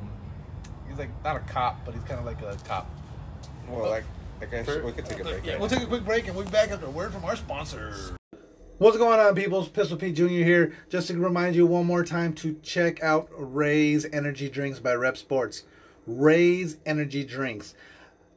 he's like not a cop, but he's kind of like a cop.
Well, like, like I should, we could take a break.
Yeah,
right
we'll take a quick break and we'll be back after a word from our sponsor. What's going on, peoples? Pistol Pete Jr. here. Just to remind you one more time to check out Ray's Energy Drinks by Rep Sports. Ray's Energy Drinks.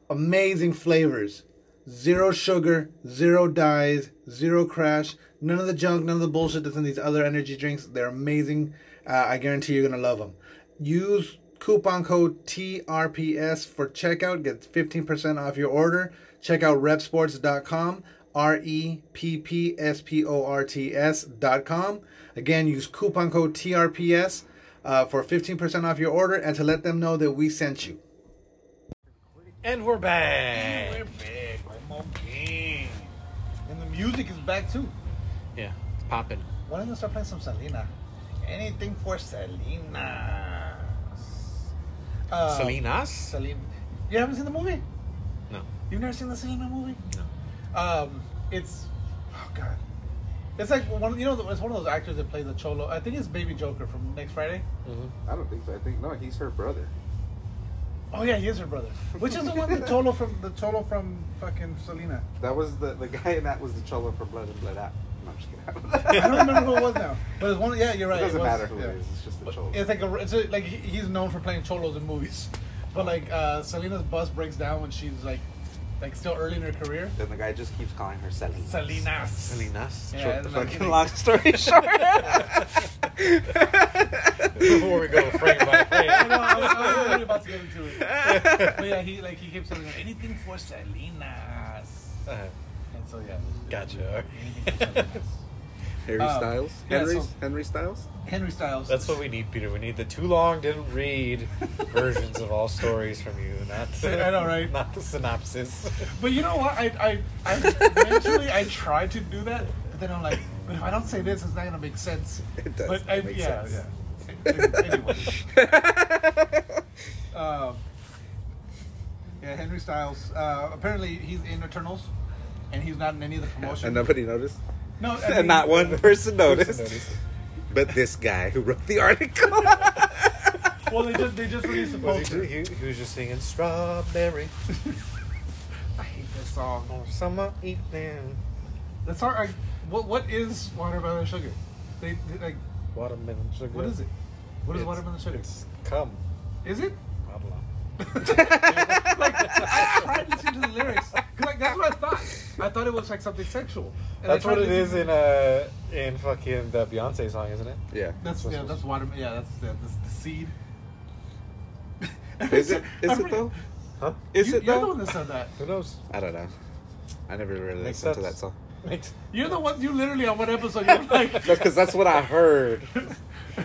Amazing flavors. Zero sugar, zero dyes, zero crash, none of the junk, none of the bullshit that's in these other energy drinks. They're amazing. Uh, I guarantee you're going to love them. Use coupon code TRPS for checkout. Get 15% off your order. Check out repsports.com, R E P P S P O R T S.com. Again, use coupon code TRPS uh, for 15% off your order and to let them know that we sent you.
And we're back.
And the music is back too.
Yeah, it's popping.
Why don't you start playing some Selena? Anything for Selena. Uh,
Salinas?
Selena. You haven't seen the movie?
No.
You've never seen the Selena movie?
No.
Um, it's oh god, it's like one. You know, it's one of those actors that plays the Cholo. I think it's Baby Joker from next Friday.
I don't think so. I think no, he's her brother.
Oh yeah, he is her brother. Which is the one the Cholo from the Cholo from fucking Selena.
That was the the guy, and that was the cholo for Blood and Blood Out. No, I'm just
I
kidding.
don't remember who it was now, but it's one. Yeah, you're
it
right.
doesn't
was-
matter who
yeah.
it is. It's just the cholo.
It's like a, it's a, like he- he's known for playing cholos in movies, but like uh, Selena's bus breaks down when she's like like still early in her career.
then the guy just keeps calling her Selena.
Selena's.
Salinas?
Yeah,
The
and like-
fucking long story short.
Before we go frame by
I know,
frame.
I was, I was literally about to get into it. But yeah, he like he keeps telling me anything for Salinas.
Uh,
And so yeah.
Gotcha.
Anything for Salinas.
Harry
Um,
Styles.
yeah,
Henry,
so-
Henry Styles.
Henry Styles.
That's what we need, Peter. We need the too long didn't read versions of all stories from you, not the,
I know, right?
Not the synopsis.
But you know what? I, I, I eventually I tried to do that, but then I'm like, but if I don't say this, it's not gonna make sense.
It does
But I,
make
yeah,
sense.
yeah. anyway, um, yeah, Henry Styles. Uh, apparently, he's in Eternals, and he's not in any of the promotion.
and nobody noticed.
no, I mean- uh,
And not one person noticed.
noticed.
But this guy who wrote the article.
Well, they just they just released the
Was he,
poster.
he, he was just singing strawberry
I hate that song.
on summer evening,
That's our. I, what what is watermelon sugar? They, they like
watermelon sugar.
what is it? What is
It's-
watermelon sugar?
It's come.
Is it?
I don't know.
like I tried listening to the lyrics because like, that's what I thought. I thought it was like something sexual. And I
That's
tried
what it is
listening
in
to-
uh in fucking the Beyonce song, isn't it?
yeah.
That's yeah. That's water. Yeah. That's yeah, that's the seed.
Is it? Is
I'm
it though?
Huh?
Is
you,
it
you're the
though?
one that said that.
Who knows?
I don't know. I never really
Makes
listened to
sense.
that song.
Makes-
You're the one. You literally on one episode you're like.
No, because that's what I heard.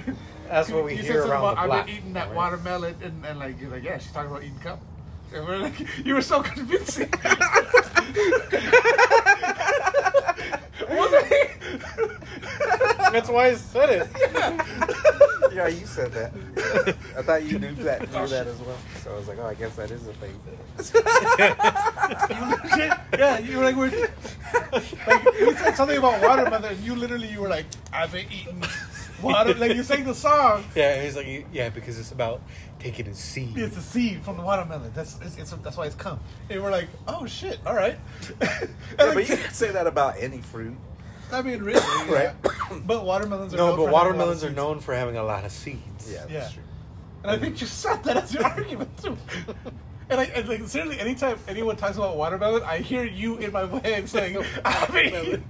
That's what we
you said
hear
something
around
about,
the block.
I've been eating that
Right.
watermelon, and, and like you're like, yeah, she's talking about eating cum. And we're like, you were so convincing. Wasn't he?
That's why I said it.
yeah, you said that. I thought you knew that knew that as well. So I was like, oh, I guess that is a thing.
yeah, you were like, we're, like you said something about watermelon, and you literally you were like, I've been eating water. Like you sang the song.
Yeah, he's like, yeah, because it's about taking a seed.
It's a seed from the watermelon. That's it's, it's that's why it's cum. And we're like, oh shit, all right. And
Yeah,
like,
but you can say that about any fruit.
I mean, really,
Right.
yeah. But watermelons are
no, but
known for having a lot of
watermelons are
seeds.
known for having a lot of seeds.
Yeah, that's
Yeah.
true.
And I think you said that as your argument too. And I and like seriously, anytime anyone talks about watermelon, I hear you in my head saying, "I mean,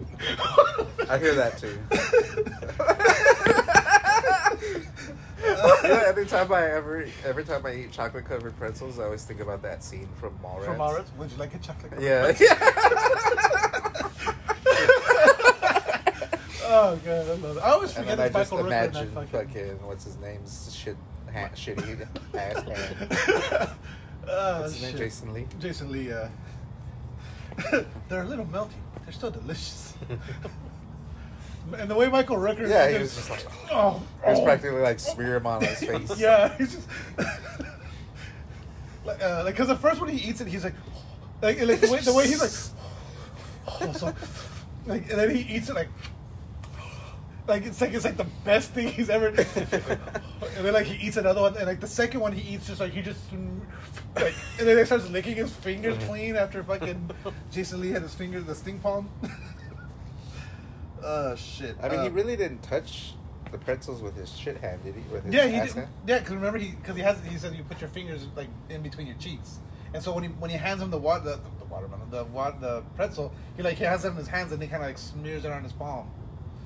I hear that too. You know, every time I ever, every time I eat chocolate covered pretzels, I always think about that scene from Mallrats.
from Maurits, would you like a chocolate?"
Yeah, yeah.
Oh god, I love it. I always
And
forget
then I
that
just
Michael Rooker in
imagine
that
fucking,
fucking.
what's his name's shit, ha- shitty ass hand.
Oh,
What's his name?
shit.
Jason Lee.
Jason Lee. Uh, they're a little melty. They're still delicious. and the way Michael Rooker.
Yeah, he was just like,
oh,
it was
oh.
practically like smear him on his face.
Yeah, he's just like uh, like because the first one he eats it, he's like, like, like the, way, the way he's like, oh, so, like and then he eats it like, like it's like it's like the best thing he's ever. and then like he eats another one, and like the second one he eats just like he just like and then he starts licking his fingers clean after fucking Jason Lee had his finger the sting palm. Oh shit!
I mean, he
Uh,
really didn't touch the pretzels with his shit hand, did he? With his
Yeah, he
ass
did.
hand?
Yeah, because remember he because he has he said you put your fingers like in between your cheeks, and so when he when he hands him the water the, the watermelon the wa- the pretzel he like he has it in his hands and he kind of like smears it on his palm.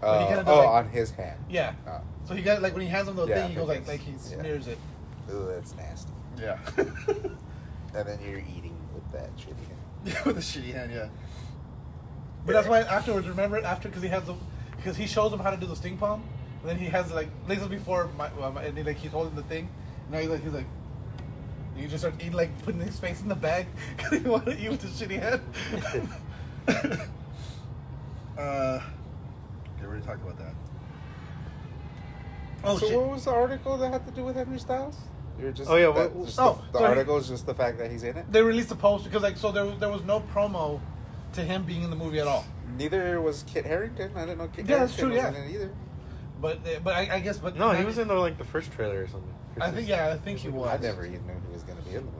So he
Uh,
kinda does,
oh,
like-
on his hand.
Yeah.
Oh.
So he got like when he hands him the
Yeah, I
thing he
think
goes like
that's-
like he
yeah.
smears it.
Ooh, that's nasty.
Yeah.
And then you're eating with that shitty hand.
With a shitty hand, yeah. But that's why afterwards, remember after because he has the because he shows him how to do the sting palm, and then he has like like this is before my, well, my and he, like he's holding the thing, and now he's like he's like. and He just starts eating, like putting his face in the bag because he wanted to eat with his shitty hand. uh, we already talked about that. Oh
so
shit!
what was the article that had to do with Henry Styles? You were just
Oh, yeah,
that-
what-
just
oh,
the, the
so he-
article is just the fact that he's in it.
They released a post because like so there was- there was no promo to him being in the movie at all.
Neither was Kit Harrington. I didn't know Kit
Yeah, that's
Harrington
true,
was
yeah.
in it either.
But eh, but I, I guess but
No, he was in the, like the first trailer or something.
I think yeah, I think he was.
I never even knew he was going to be in the movie.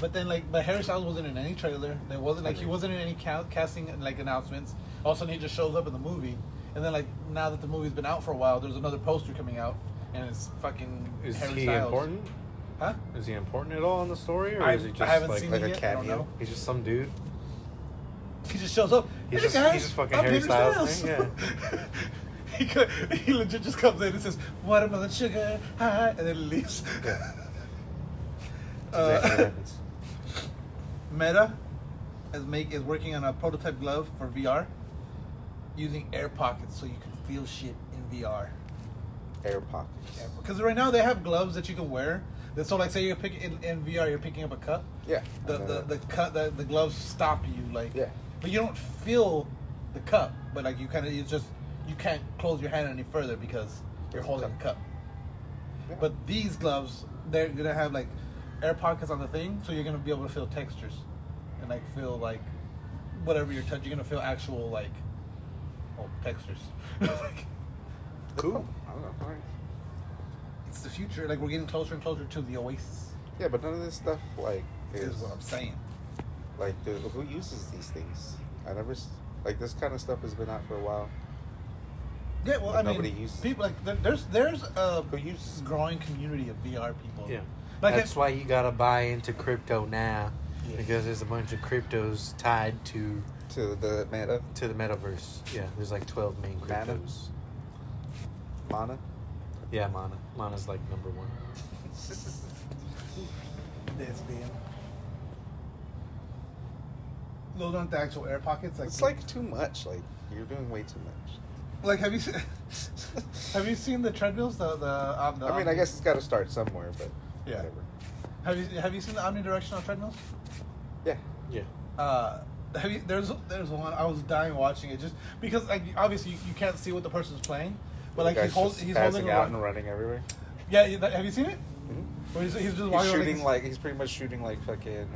But then like, but Harry Styles wasn't in any trailer. There wasn't like he wasn't in any ca- casting like announcements. All of a sudden he just shows up in the movie, and then like now that the movie's been out for a while, there's another poster coming out, and it's fucking
Is
Harry
he
Styles.
important?
Huh?
Is he important at all in the story, or
I-
is he
I
just
haven't
like
seen
Like
it
a
yet. I don't
cameo?
know.
he's just some dude?
He just shows up.
He's
"Hey,
just- he's just fucking Harry Styles, man,
he, co- he legit just comes in and says, "Watermelon sugar, hi," and then leaves.
Yeah. Exactly what
Uh,
happens.
Meta is make is working on a prototype glove for VR using air pockets so you can feel shit in VR.
Air pockets.
Because right now they have gloves that you can wear. That- So like, say you're picking in, in VR, you're picking up a cup.
Yeah.
The the the, cut, the the gloves stop you like.
Yeah.
But you don't feel the cup, but like you kind of you just you can't close your hand any further because you're
There's a
holding
cup.
a cup.
Yeah.
But these gloves, they're gonna have like air pockets on the thing, so you're gonna be able to feel textures and like feel like whatever you're touching. You're gonna feel actual like oh textures. Like,
cool. I don't know. All right.
it's the future. Like we're getting closer and closer to the oasis.
Yeah, but none of this stuff like
Is
is
what I'm saying.
like the, who uses these things? I never s- like this kind of stuff has been out for a while.
Yeah, well,
But
I
nobody
mean,
uses
people like there- there's there's a
Who uses-
growing community of VR people.
Yeah.
like
That's
if-
why you gotta buy into crypto now,
Yeah.
because there's a bunch of cryptos tied to
To the meta,
to the metaverse. Yeah, there's like 12 main cryptos.
Mana? mana.
Yeah, Mana. Mana's like number one.
this being. Those aren't the actual air pockets. Like
It's like too much. Like you're doing way too much.
like have you seen, have you seen the treadmills? The the, um, the
I mean, I
omni-
guess it's got to start somewhere, but
Yeah.
whatever.
have you have you seen the omnidirectional treadmills?
Yeah,
Yeah.
Uh, have you, there's there's one I was dying watching it just because like obviously you, you can't see what the person's playing, but like
The
he's,
guy's
hold,
just
he's
passing
holding a
out
rod-
and running everywhere.
Yeah, you- that- have you seen it?
Mm-hmm.
Or he's, he's just
He's
walking around
shooting
this-
like he's pretty much shooting like fucking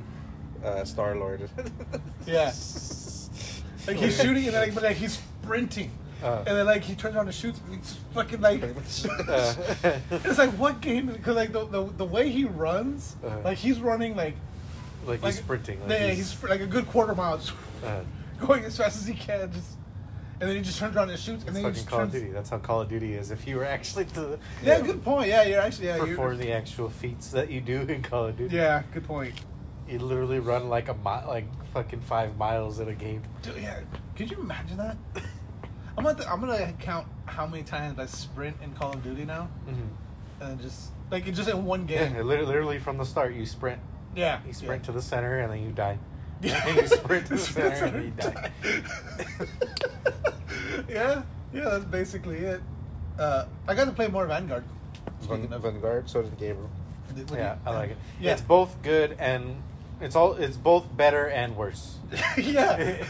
uh, Star Lord.
Yeah. Like he's shooting and then like, but like he's sprinting,
Uh.
and then like he turns around and shoots. And it's fucking like
Uh,
it's like what game? Because like the, the the way he runs,
Uh.
like he's running like
like,
like
he's sprinting. Like
yeah, he's, spr- like a good quarter mile, just
uh,
going as fast as he can. Just and then he just turns around and shoots, and then
it's
he
fucking
just
Call
turns.
of Duty. That's how Call of Duty is. If you were actually to
Yeah, good point. Yeah, you're actually yeah.
perform
You're,
the actual feats that you do in Call of Duty,
yeah, good point.
you literally run like a mile, like fucking five miles in a game.
Dude, yeah, could you imagine that? I'm gonna I'm gonna count how many times I sprint in Call of Duty now,
Mm-hmm.
and just like just in one
Yeah,
game.
li- literally from the start, you sprint.
Yeah,
You sprint
yeah.
to the center and then you die. And you sprint to the center and you die.
yeah, yeah, that's basically it. Uh, I got to play more Vanguard.
Mm.
Speaking of-
Vanguard. So did Gabriel.
What do
Yeah,
you-
I like it.
Yeah.
It's both good and it's all it's both better and worse.
yeah.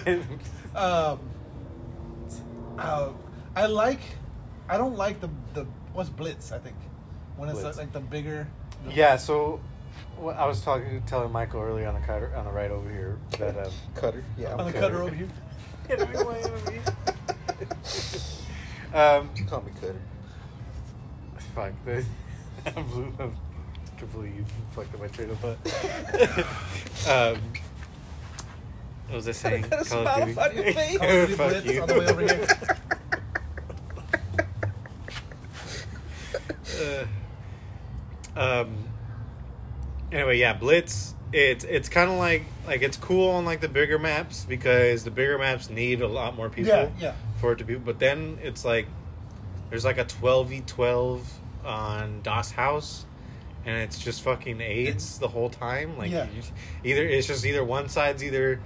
um, uh, I like. I don't like the the what's Blitz. I think when it's uh,
Blitz.
like the bigger.
yeah. So wh- I was talking, telling Michael earlier on the cutter, on the ride over here that um,
Cutter. Yeah.
On the
Okay.
cutter over here.
um
You call me Cutter.
fuck this. I'm, blue- I'm completely fucking my train of thought. um, what was I saying?
got a
Call
smile
of Duty.
on your face.
Call
Oh,
of Duty
Fuck
Blitz
you.
on the way over here.
Uh, um anyway yeah blitz it's it's kind of like like it's cool on like the bigger maps because the bigger maps need a lot more people
Yeah, yeah.
for it to be but then it's like there's like a 12v12 on dos house and it's just fucking aids the whole time like
Yeah.
you just- either it's just either one side's either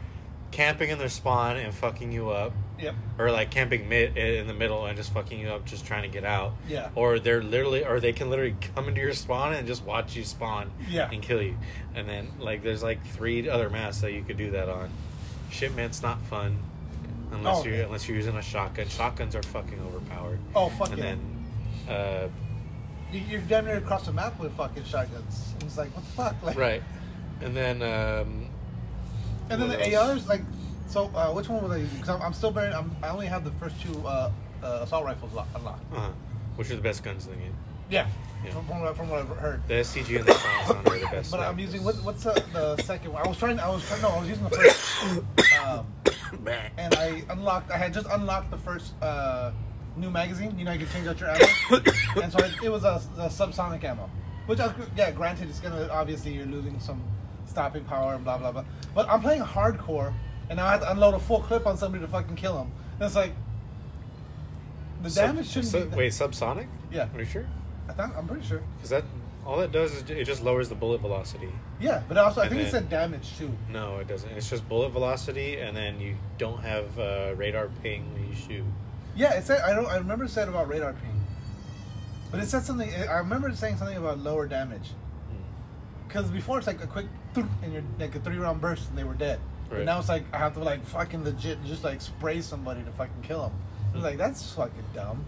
camping in their spawn and fucking you up
Yep.
or like camping mid in the middle and just fucking you up, just trying to get out.
Yeah.
Or they're literally, or they can literally come into your spawn and just watch you spawn.
Yeah.
And kill you, and then like there's like three other maps that you could do that on. Shipment's not fun unless
Oh,
you're
yeah.
unless you're using a shotgun. Shotguns are fucking overpowered.
Oh, fuck
And
yeah.
then, uh,
You, you're damn near across the map with fucking shotguns. And it's like what the fuck? Like
right, and then um,
And then
What
the
else?
ARs, like, so uh, which one was I using? Because I'm, I'm still very, I'm, I only have the first two uh, uh, assault rifles lo- unlocked.
uh, which are the best guns in the game?
Yeah.
Yeah.
From, from, what- from what I've heard.
The SCG and the Thompson are the best.
But I'm
weapons.
using what, what's the, the second one? I was trying. I was trying. No, I was using the first. Um, and I unlocked. I had just unlocked the first uh, new magazine. You know, you can change out your ammo. and so I, it was a, a subsonic ammo, which I, yeah, granted, it's gonna obviously you're losing some stopping power and blah blah blah. But I'm playing hardcore, and I had to unload a full clip on somebody to fucking kill him. And it's like, The
Sub-
damage shouldn't
sub-
be. that-
Wait, subsonic?
Yeah.
Are you sure?
I thought, I'm pretty sure.
Because that all that does is ju- it just lowers the bullet velocity.
Yeah, but also I
And
think it
then-
said damage too.
No, it doesn't. It's just bullet velocity, and then you don't have uh, radar ping when you shoot.
Yeah, it said I don't. I remember it said about radar ping, but it said something. I remember it saying something about lower damage. Because before it's like a quick thunk and you're like a three round burst and they were dead. But
Right.
now it's like I have to like fucking legit just like spray somebody to fucking kill them. It's like that's fucking dumb.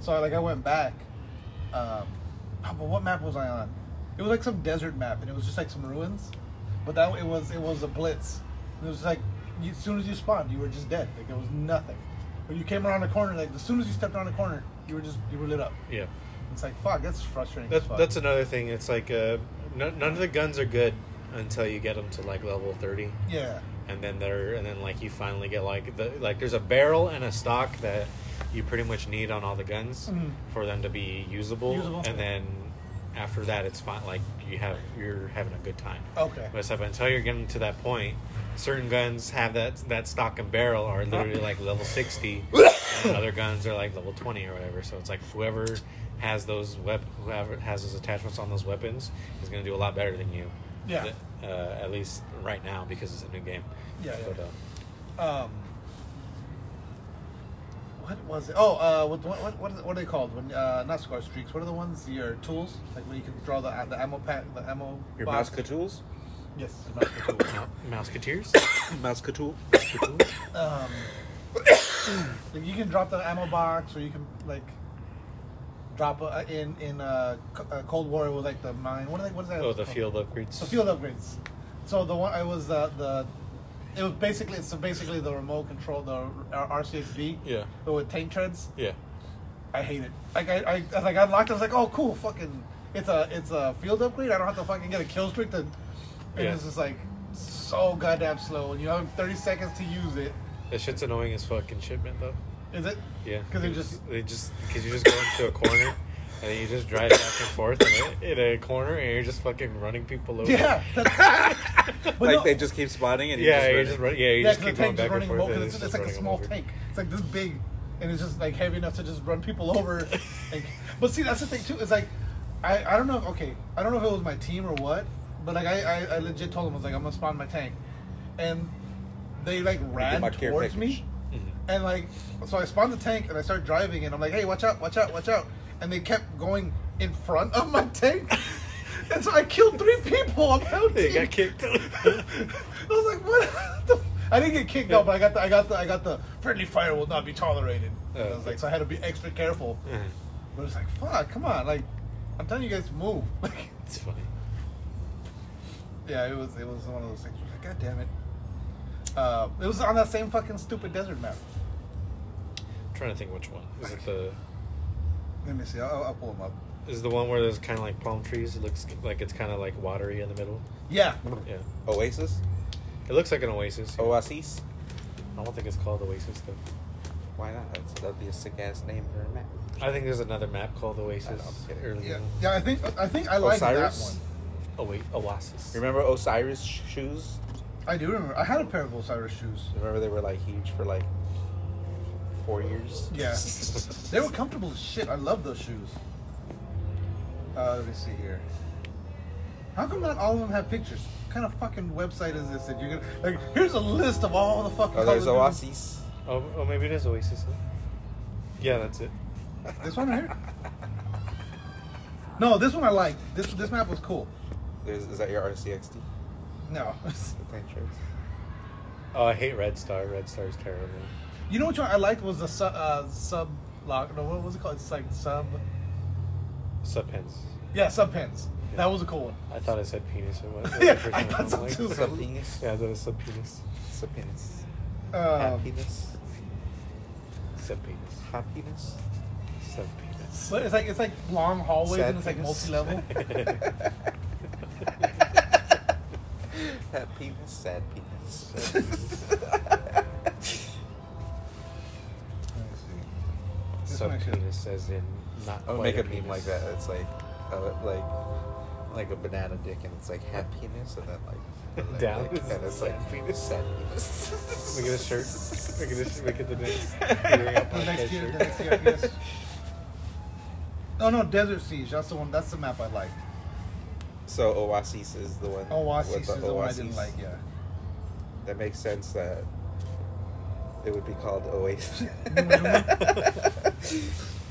So I, like I went back. Um, oh, but what map was I on? It was like some desert map and it was just like some ruins. But that it was it was a blitz. It was like you, as soon as you spawned, you were just dead. Like there was nothing. When you came around the corner, like as soon as you stepped around the corner, you were just you were lit up.
Yeah.
It's like fuck, that's frustrating. as
That's
fuck.
that's another thing. It's like uh, no, none of the guns are good until you get them to like level thirty,
yeah.
and then they're and then like you finally get like the like there's a barrel and a stock that you pretty much need on all the guns
Mhm.
for them to be usable,
Usable.
and then after that it's fine. Like you have you're having a good time.
Okay.
But it's like, until you're getting to that point, certain guns have that that stock and barrel are literally like level sixty, and other guns are like level twenty or whatever. So it's like whoever has those wep- whoever has those attachments on those weapons is going to do a lot better than you.
Yeah.
Uh, at least right now because it's a new game.
Yeah,
But,
yeah.
uh,
Um, what was it? Oh, uh, what what what, what, is, what are they called? When uh, not score streaks. What are the ones? Your tools, like when you can draw the uh, the ammo pack, the ammo.
Your
box?
Mousecatoons?
Yes, the mouse tool.
Mouseketeers.
Mousecatoon?
um, like you can drop the ammo box, or you can like drop a, in in uh, C- uh, Cold War. It was like the mine. What are they? What is that?
oh, the
called?
field upgrades.
The field upgrades. So the one I was uh, the. It was basically it's basically the remote control the R- RCXB.
Yeah.
But with tank treads.
Yeah.
I hate it. Like I, I I was like I unlocked. it, I was like, oh cool, fucking. It's a it's a field upgrade. I don't have to fucking get a kill streak. To, and
Yeah.
it's just like so goddamn slow, and you have 30 seconds to use it.
That shit's annoying as fucking shipment though.
Is it?
Yeah,
'Cause they just-
they just because you just go into a corner and then you just drive back and forth in a, in a corner and you're just fucking running people over.
Yeah. That's, but
Like
no,
they just keep spawning and you
yeah, you're
just
just
run
running. Yeah, you
yeah,
just
'cause the
keep going
tank's
back and
running
forth.
low
and
because it's, it's
just
like a
running
small
over.
tank. It's like this big, and it's just like heavy enough to just run people over. like, but see, that's the thing too. It's like I, I don't know. if- Okay, I don't know if it was my team or what, but like I, I, I legit told them I was like I'm gonna spawn my tank, and they like ran
my
towards
care
me,
Mm-hmm.
and like so I spawned the tank and I started driving and I'm like hey watch out watch out watch out, and they kept going in front of my tank. And so I killed three people on penalty.
They got kicked.
I was like, what? the f-" I didn't get kicked out, but I got the I got the I got the friendly fire will not be tolerated. And I was like, so I had to be extra careful. But it's like, fuck, come on, like, I'm telling you guys, to move. Like,
it's funny.
yeah, it was it was one of those things. Like, God damn it. Uh, it was on that same fucking stupid desert map.
I'm trying to think which one is it the
Let me see. I'll, I'll pull them up.
is the one where there's kind of like palm trees. It looks like it's kind of like watery in the middle.
Yeah,
Yeah,
Oasis?
it looks like an oasis.
Oasis?
I don't think it's called oasis though.
Why not? That's, that'd be a sick ass name for a map.
I think there's another map called
I know, I'm
oasis.
kidding.
Early
yeah,
on.
yeah. I think I think I like that
Osiris?
one.
Oh wait, oasis.
Remember Osiris sh- shoes?
I do remember. I had a pair of Osiris shoes.
Remember they were like huge for like four years?
Yeah. They were comfortable as shit. I love those shoes. Uh, let me see here. How come not all of them have pictures? What kind of fucking website is this that you're gonna like? Here's a list of all the fucking.
Oh, there's
Call of Duty-
Oasis.
Oh, oh, maybe it is Oasis. huh? Yeah, that's it.
This one right here. No, this one I liked. This this map was cool.
There's, is that your RCXD?
No,
The tank shirts?
Oh, I hate Red Star. Red Star's terrible.
you know which one I liked was the sub uh, sub lock. No, what was it called? It's like sub.
Subpens.
Yeah, sub pins. That was a cool one.
I thought it said penis. It was.
Yeah, I thought so too.
It's a penis.
Yeah, I thought it said penis.
It's a penis.
Um,
Happiness.
Sub penis.
Happiness.
Sub penis.
so it's like it's like long hallways
Sad
and it's like
penis.
multi level.
That penis, sad penis.
This
Sub
one I should-
penis, as in not.
I would
quite
make a meme like
Oh, penis.
that. It's like, uh, like,
like a banana dick, and it's like half penis, and then like the
Down.
leg, and it's like penis, half penis.
Look at his shirt. Look at his. Look at the next.
The next year, the next year, I guess. Oh no, Desert Siege. That's the one. That's the map I like.
So Oasis is the one.
Oasis
with
is the one I didn't
oases.
like. Yeah.
That makes sense that it would be called Oasis.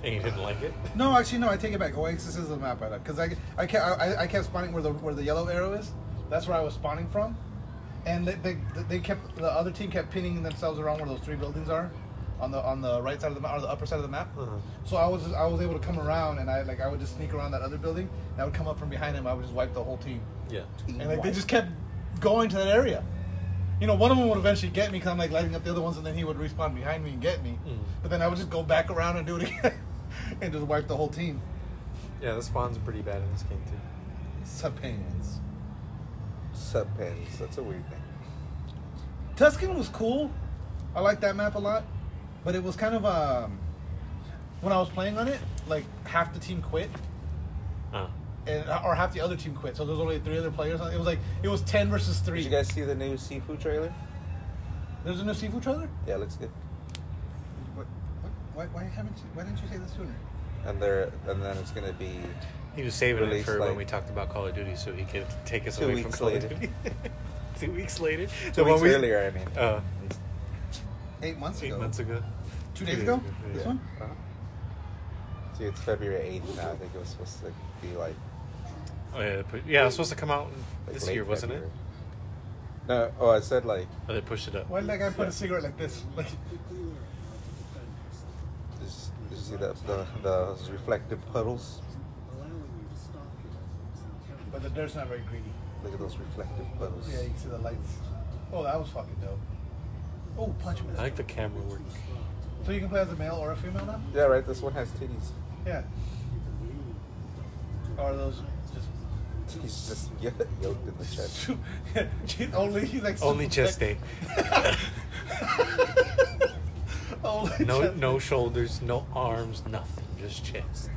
And you didn't like it?
No, actually, no. I take it back. Oasis is the map I like because I, I kept I, I kept spawning where the where the yellow arrow is. That's where I was spawning from, and they, they, they kept the other team kept pinning themselves around where those three buildings are, on the on the right side of the map or the upper side of the map. So I was I was able to come around and I like I would just sneak around that other building. And I would come up from behind him. I would just wipe the whole team.
Yeah.
And like they just kept going to that area. You know, one of them would eventually get me because I'm like lighting up the other ones, and then he would respawn behind me and get me.
Hmm.
Mm.
But then I would just go back around and do it again, and just wipe the whole team.
Yeah, the spawn's pretty bad in this game too.
Sub pains.
Sub pens. That's a weird name.
Tuscan was cool. I like that map a lot, but it was kind of um. When I was playing on it, like half the team quit,
Ah.
Uh,
and or half the other team quit. So there's only three other players. It was like it was ten versus three.
Did you guys see the new Sifu trailer?
There's a new seafood trailer.
Yeah, it looks good.
What, what, why, why haven't you? Why didn't you say this sooner?
And there, and then it's gonna be
he was saving
Release,
it for
like-
when we talked about Call of Duty so he could take us
Two
away from
weeks
Call
later.
of Duty. Two weeks later?
two
when
weeks
we-
earlier. I mean,
Uh,
Eight months
eight
ago.
months ago.
Two days ago.
Yeah.
This one.
Uh-huh. See, it's February eighth now. I think it was supposed to be like,
Oh, yeah, they put- yeah, it was supposed to come out
like
this
late
year, wasn't it?
February. No. Oh, I said like
Oh, they pushed it up.
Why did that guy put a cigarette like this? Like,
Did you- did you see the, the, the reflective puddles?
but the dirt's not very greedy.
Look at those reflective puddles.
Yeah, you can see the lights. Oh, that was fucking dope. Oh, punch me.
I like the camera work.
So you can play as a male or a female now?
Yeah, right. This one has titties.
Yeah. Or those just.
He's just y- yoked in the chest.
She's only he's like
Only
super
chest
thick.
day.
Only
No,
chest-
no shoulders, no arms, nothing. Just chest.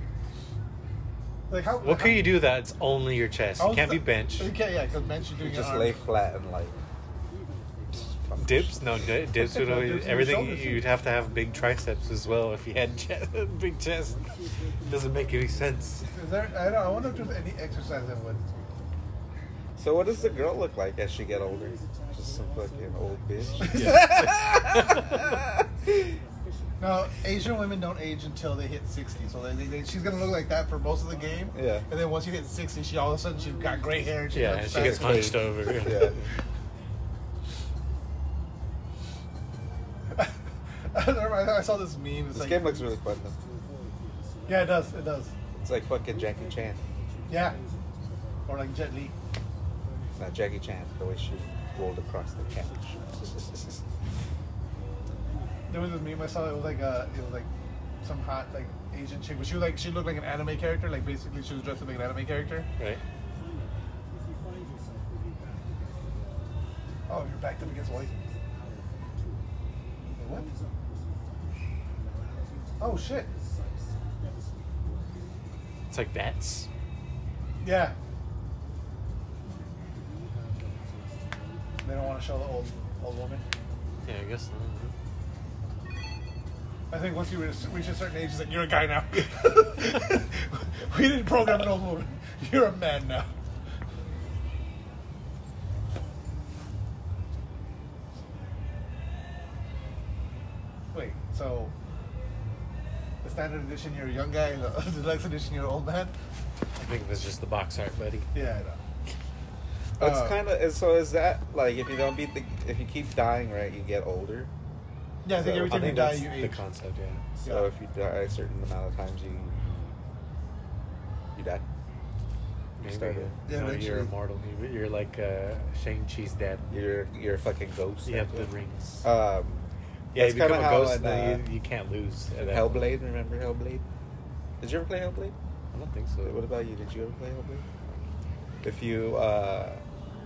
Like how?
What
how-
can you do that? It's only your chest.
I
You
was
can't be
th-
bench.
You can't, yeah, because bench you do
You
your
just
arms.
lay flat and like pump.
Dips? No, di- dips would
No,
always-
dips in your
everything.
shoulders.
You'd have to have big triceps as well if you had chest, big chest. Doesn't make any sense.
Is there? I don't. I wonder if there's any exercise that would.
So what does the girl look like as she get older? Just some fucking old bitch.
No, Asian women don't age until they hit 60. So they, they, they, she's going to look like that for most of the game.
Yeah.
And then once you hit 60, she all of a sudden she's got gray hair. And she
Yeah,
looks
she gets
fat.
hunched over.
yeah.
I remember I I saw this meme. It's
This
like,
game looks really fun though.
yeah, it does. It does.
It's like fucking Jackie Chan.
Yeah. Or like Jet Li.
Not Jackie Chan. The way she rolled across the couch.
There was this meme I saw. It was like a, it was like some hot like Asian chick, but she was like she looked like an anime character. Like basically, she was dressed up like an anime character.
Right?
Oh, you're backed up against white. What? Oh shit.
It's like bats.
Yeah. They don't want to show the old old woman.
Yeah, I guess.
I think once you reach, reach a certain age, it's like you're a guy now. we didn't program an old woman. You're a man now. Wait, so the standard edition, you're a young guy. The deluxe edition, you're an old man.
I think that's just the box art, buddy.
Yeah, I know.
It's
Uh,
kind of so. Is that like if you don't beat the if you keep dying right, you get older.
Yeah, I think
So,
every
I
time you
think
die,
that's
you
the
age.
concept. Yeah.
So
Yeah.
if you die a certain amount of times, you you die.
Maybe.
Start it.
Yeah,
no,
eventually.
you're immortal. You- You're like uh, Shang Chi's dad.
You're you're a fucking ghost.
You have the
actually.
rings. yeah,
Um,
you
that's kinda
become a
how
ghost, and
in,
then
uh,
you, you can't lose. at that point.
Hellblade. Remember Hellblade? Did you ever play Hellblade?
I don't think so.
What about you? Did you ever play Hellblade? If you uh,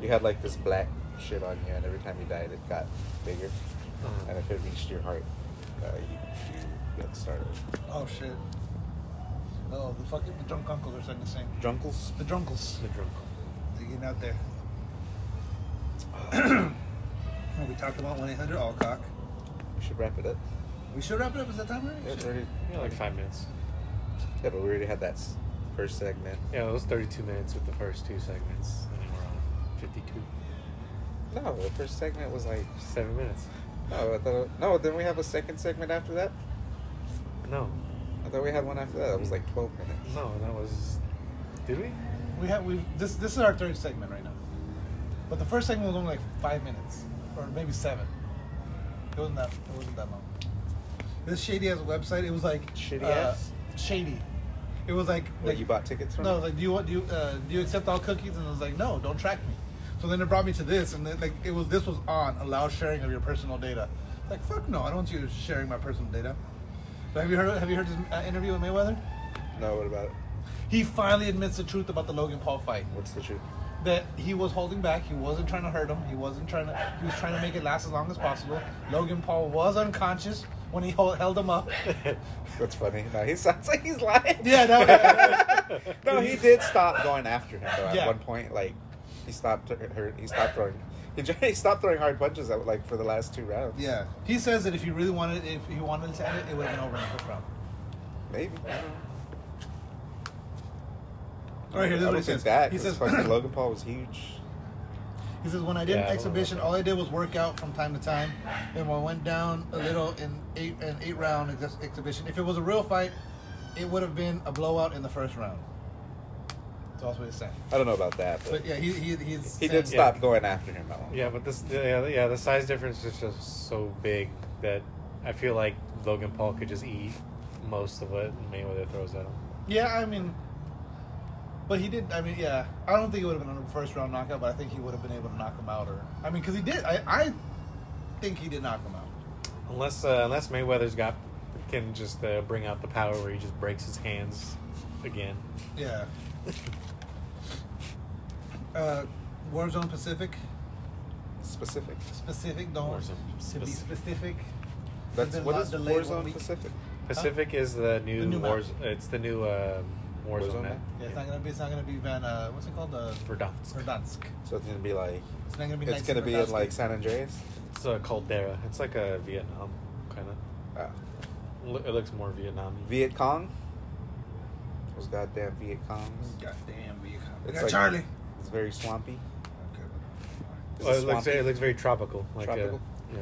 you had like this black shit on you, and every time you died, it got bigger,
Uh-huh.
and if it reached your heart, uh, you, you got started.
Oh shit. No, the fucking the drunk uncles are starting to sing.
Drunkles?
The drunkles.
The drunk.
They're getting out there. Well, we talked about 1 800 Alcock.
We should wrap it up.
We should wrap it up. Is that time
Yeah,
right?
it's already-
Yeah, like five minutes.
yeah, but we already had that s- first segment.
Yeah, it was 32 minutes with the first two segments, and then we're on 52.
No, the first segment was like.
Seven minutes.
No, I thought. No, then we have a second segment after that?
No,
I thought we had one after that. That was like 12 minutes.
no, that was. Did we?
We have we this this is our third segment right now, but the first segment was only like five minutes or maybe seven. It wasn't that it wasn't that long. This shady ass website. It was like
Shitty
uh,
ass?
shady. It was like
Where
like-
you bought tickets from?
No, like do you want do you uh, do you accept all cookies? And I was like, no, don't track me. So then it brought me to this, and then like it was this was on allow sharing of your personal data. Like fuck no, I don't want you sharing my personal data. But have you heard have you heard this uh, interview with Mayweather?
No, what about it?
He finally admits the truth about the Logan Paul fight
What's the truth?
that he was holding back. He wasn't trying to hurt him. He wasn't trying to. He was trying to make it last as long as possible. Logan Paul was unconscious when he hol- held him up.
That's funny. No, he sounds like he's lying.
yeah, that was,
No, he did stop going after him though. At
Yeah.
one point, like he stopped th- hurt. He stopped throwing. He, j- he stopped throwing hard punches at like for the last two rounds.
yeah. He says that if he really wanted, if he wanted to end it, it would have been over in the first round.
maybe. I don't know.
Right here, this
I
is what he
don't think
says.
that.
he says,
fucking Logan Paul was huge.
He says, when I did
Yeah, I
an
don't
exhibition,
know about
all I did was work out from time to time. And when I went down a little in eight an eight round ex- exhibition, if it was a real fight, it would have been a blowout in the first round. So that's what he's saying.
I don't know about that, but,
But yeah, he, he, he's
he
saying-
did stop going after him at one. point.
Yeah, but this, yeah, yeah, the size difference is just so big that I feel like Logan Paul could just eat most of what Mayweather throws at him.
Yeah, I mean, but he did. I mean, yeah, I don't think it would have been a first round knockout, but I think he would have been able to knock him out. Or I mean, because he did. I, I think he did knock him out.
Unless, uh, unless Mayweather's got can just uh, bring out the power where he just breaks his hands again.
Yeah. uh, Warzone Pacific.
Specific.
Specific. Don't
Warzone
to be
Pacific.
specific.
That's
There's been
what
a
is
lot delayed one
Warzone
week.
Pacific.
Pacific is the new,
The new map.
wars. It's the new uh, war
Warzone
zone map.
map?
Yeah, it's not gonna be. It's not gonna be Van. Uh, what's it called? Uh,
Verdansk.
Verdansk.
So it's gonna be like.
It's not gonna be.
It's
nice
gonna be in
Verdansk.
like San Andreas.
It's a caldera. It's like a Vietnam kind of.
Uh,
It looks more Vietnam.
Viet Cong. Those goddamn Viet Congs.
Goddamn, we got, we
It's
got
like-
Charlie.
It's very swampy.
Okay.
Is
Well,
it
it looks
swampy?
it looks very tropical. Like
Tropical?
A,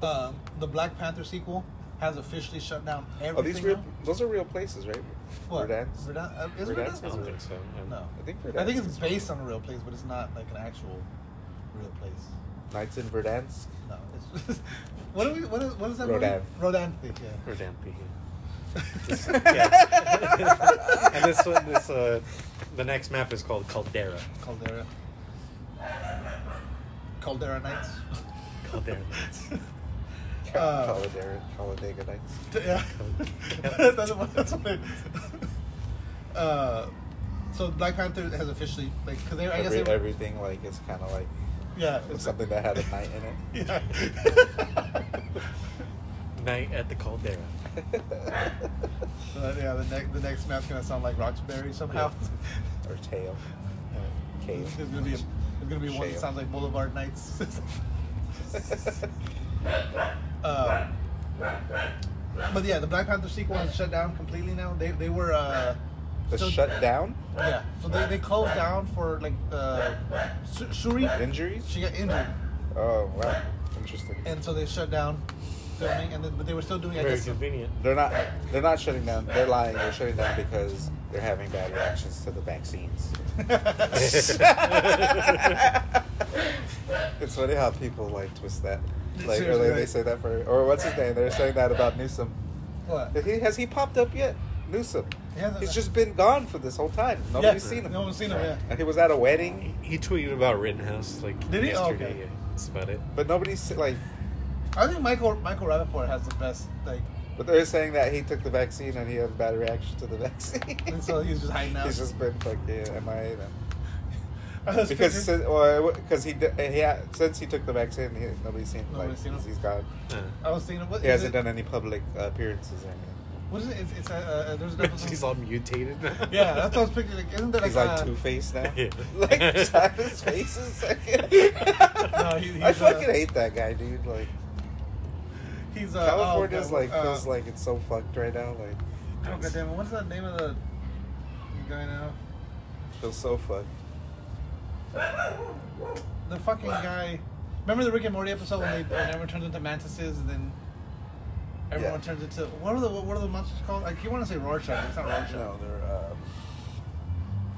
yeah.
Um, the Black Panther sequel has officially shut down everything.
Oh, these real,
now.
those are real places, right?
What?
Verdansk?
Verdan- uh, is
Verdansk
I
is
Verdansk is
don't
real?
think so. yeah.
No.
I think
I think
Verdansk
it's
is
based on a real place, but it's not like an actual real place.
Nights in Verdansk.
No. It's, what do we? What is, what is that?
Rodan.
Movie? Rodan. thing,
Or Dampy.
Yeah.
Yeah. and this one, this uh, the next map is called Caldera.
Caldera. Caldera Nights.
Caldera. Nights.
Uh,
Caladera, Caladega Nights.
Yeah. that's what, that's what it is. Uh, so Black Panther has officially like because they I guess
Every,
they, were-
everything like is kind of like
yeah
was something that had a night in it.
Yeah.
Night at the Caldera.
So, yeah, the next the next map's gonna sound like Roxbury somehow.
or tail, or cave.
There's gonna be a, there's gonna be one that
Shale.
sounds like Boulevard Nights. uh, but yeah, the Black Panther sequel is shut down completely now. They they were uh,
the
so-
shutdown
Yeah, so they, they closed down for like uh, Su- Shuri.
injuries.
She got injured,
Oh wow, interesting.
and so they shut down filming. And then, but they were still doing. I
Very
guess,
convenient.
They're not. They're not shutting down. They're lying. They're shutting down because they're having bad reactions to the vaccines. it's funny how people like twist that. Like
Seriously,
earlier they
right?
say that for or what's his name? They're saying that about Newsom.
what?
Has he, has he popped up yet? Newsom.
He hasn't.
He's just been gone for this whole time. Nobody's seen him.
No one's seen him. Yeah.
And he was at a wedding,
He tweeted about Rittenhouse like
Did he? Oh,
yesterday.
okay.
yeah. That's about it.
but nobody's se- like.
I think Michael Michael Rappaport has the best like,
But they're saying that he took the vaccine and he had a bad reaction to the vaccine.
and so he's just hiding out.
he's just been fucking MIA then.
I was
Because
figuring-
since, well, because he did- he ha- since he took the vaccine, he, nobody's seen him. Like,
Nobody's seen him.
he's gone.
Uh,
I was thinking, what
He
is
hasn't
it?
done any public uh, appearances or anything.
What is it? It's, it's uh, uh, there's an episode.
He's all mutated.
yeah, that's what I was picturing. Like, isn't that
He's
like,
like
uh,
Two Face now.
Yeah.
like Simon's face is second.
No, he-
I
he's, uh,
fucking hate that guy, dude. Like
He's uh,
California's
oh,
like
God, uh,
feels like it's so fucked right now. Like
Oh goddamn! it, What's the name of the guy now?
feels so fucked.
The fucking guy. Remember the Rick and Morty episode when, they, when everyone turns into mantises and then everyone
Yeah.
turns into what are the what are the monsters called? Like you want to say Rorschach? It's not Rorschach.
No, they're um,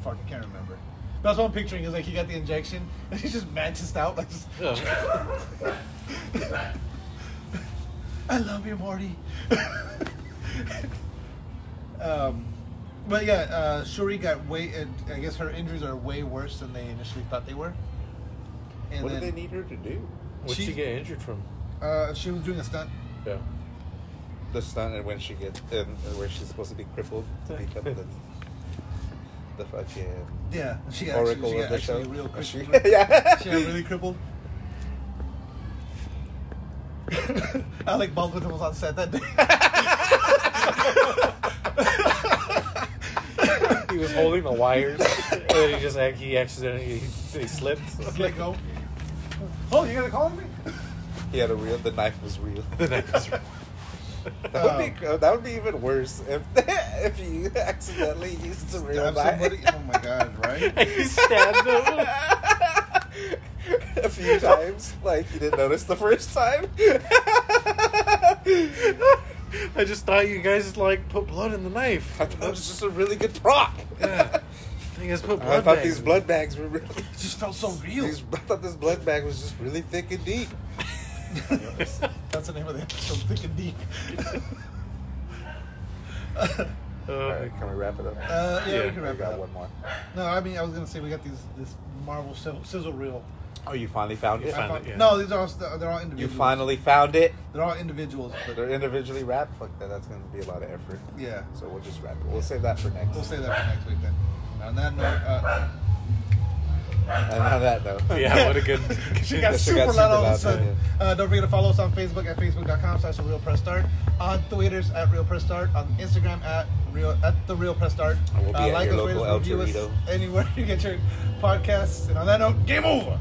Fuck, I can't remember. But that's what I'm picturing. Is like he got the injection and he's just mantised out. Like, just- I love you, Morty. um, but yeah, uh, Shuri got way. uh, I guess her injuries are way worse than they initially thought they were. And
what do
then,
they need her to do?
What'd she,
She-
get injured from?
Uh, she was doing a stunt.
Yeah.
The stunt and when she gets and where she's supposed to be crippled to become the the fucking
Yeah, she got
oracle
actually, she
of the
got
show.
actually real
She-
crippled.
yeah,
she got really crippled. Alec Baldwin was on set that day.
He was holding the wires, and then he just ac- he accidentally he, he slipped.
Just let go. Oh, you gotta call me?
he had a real. The knife was real.
The knife was real.
That would be
Um,
that would be even worse if if you accidentally used the real knife.
Stab somebody? Oh my god, right?
And he stabbed him.
a few times, like you didn't notice the first time.
I just thought you guys like put blood in the knife.
I thought it was just a really good prop.
Yeah. You guys put blood.
I thought
bags
these
in.
blood bags were really.
It just felt so real.
These, I thought this blood bag was just really thick and deep.
That's the name of the episode, Thick and Deep.
All
Uh,
right, can we wrap it up?
Uh, yeah,
Yeah,
we can wrap
we
it
got
up.
one more.
No, I mean, I was gonna say we got these this Marvel sizzle, sizzle reel.
Oh, you finally found
You
it.
found
I
it,
found-
yeah.
No, these are all, they're all
You
individuals.
finally found it.
They're all individuals, but
They're individually wrapped. Fuck that. That's gonna be a lot of effort.
yeah.
So we'll just wrap it. We'll save that for next.
We'll say that for next week then. On that note, uh,
And on that note.
yeah, what a good.
she got
Yes, she
super
got super
loud all of
loud,
a sudden. Uh, don't forget to follow us on Facebook at facebook.com slash the Real Press Start, on Twitter's at Real Press Start, on Instagram at Real at the Real Press Start.
And we'll be at your
us,
local
rate us,
El
review us
Torito.
anywhere you get your podcasts. And on that note, game over.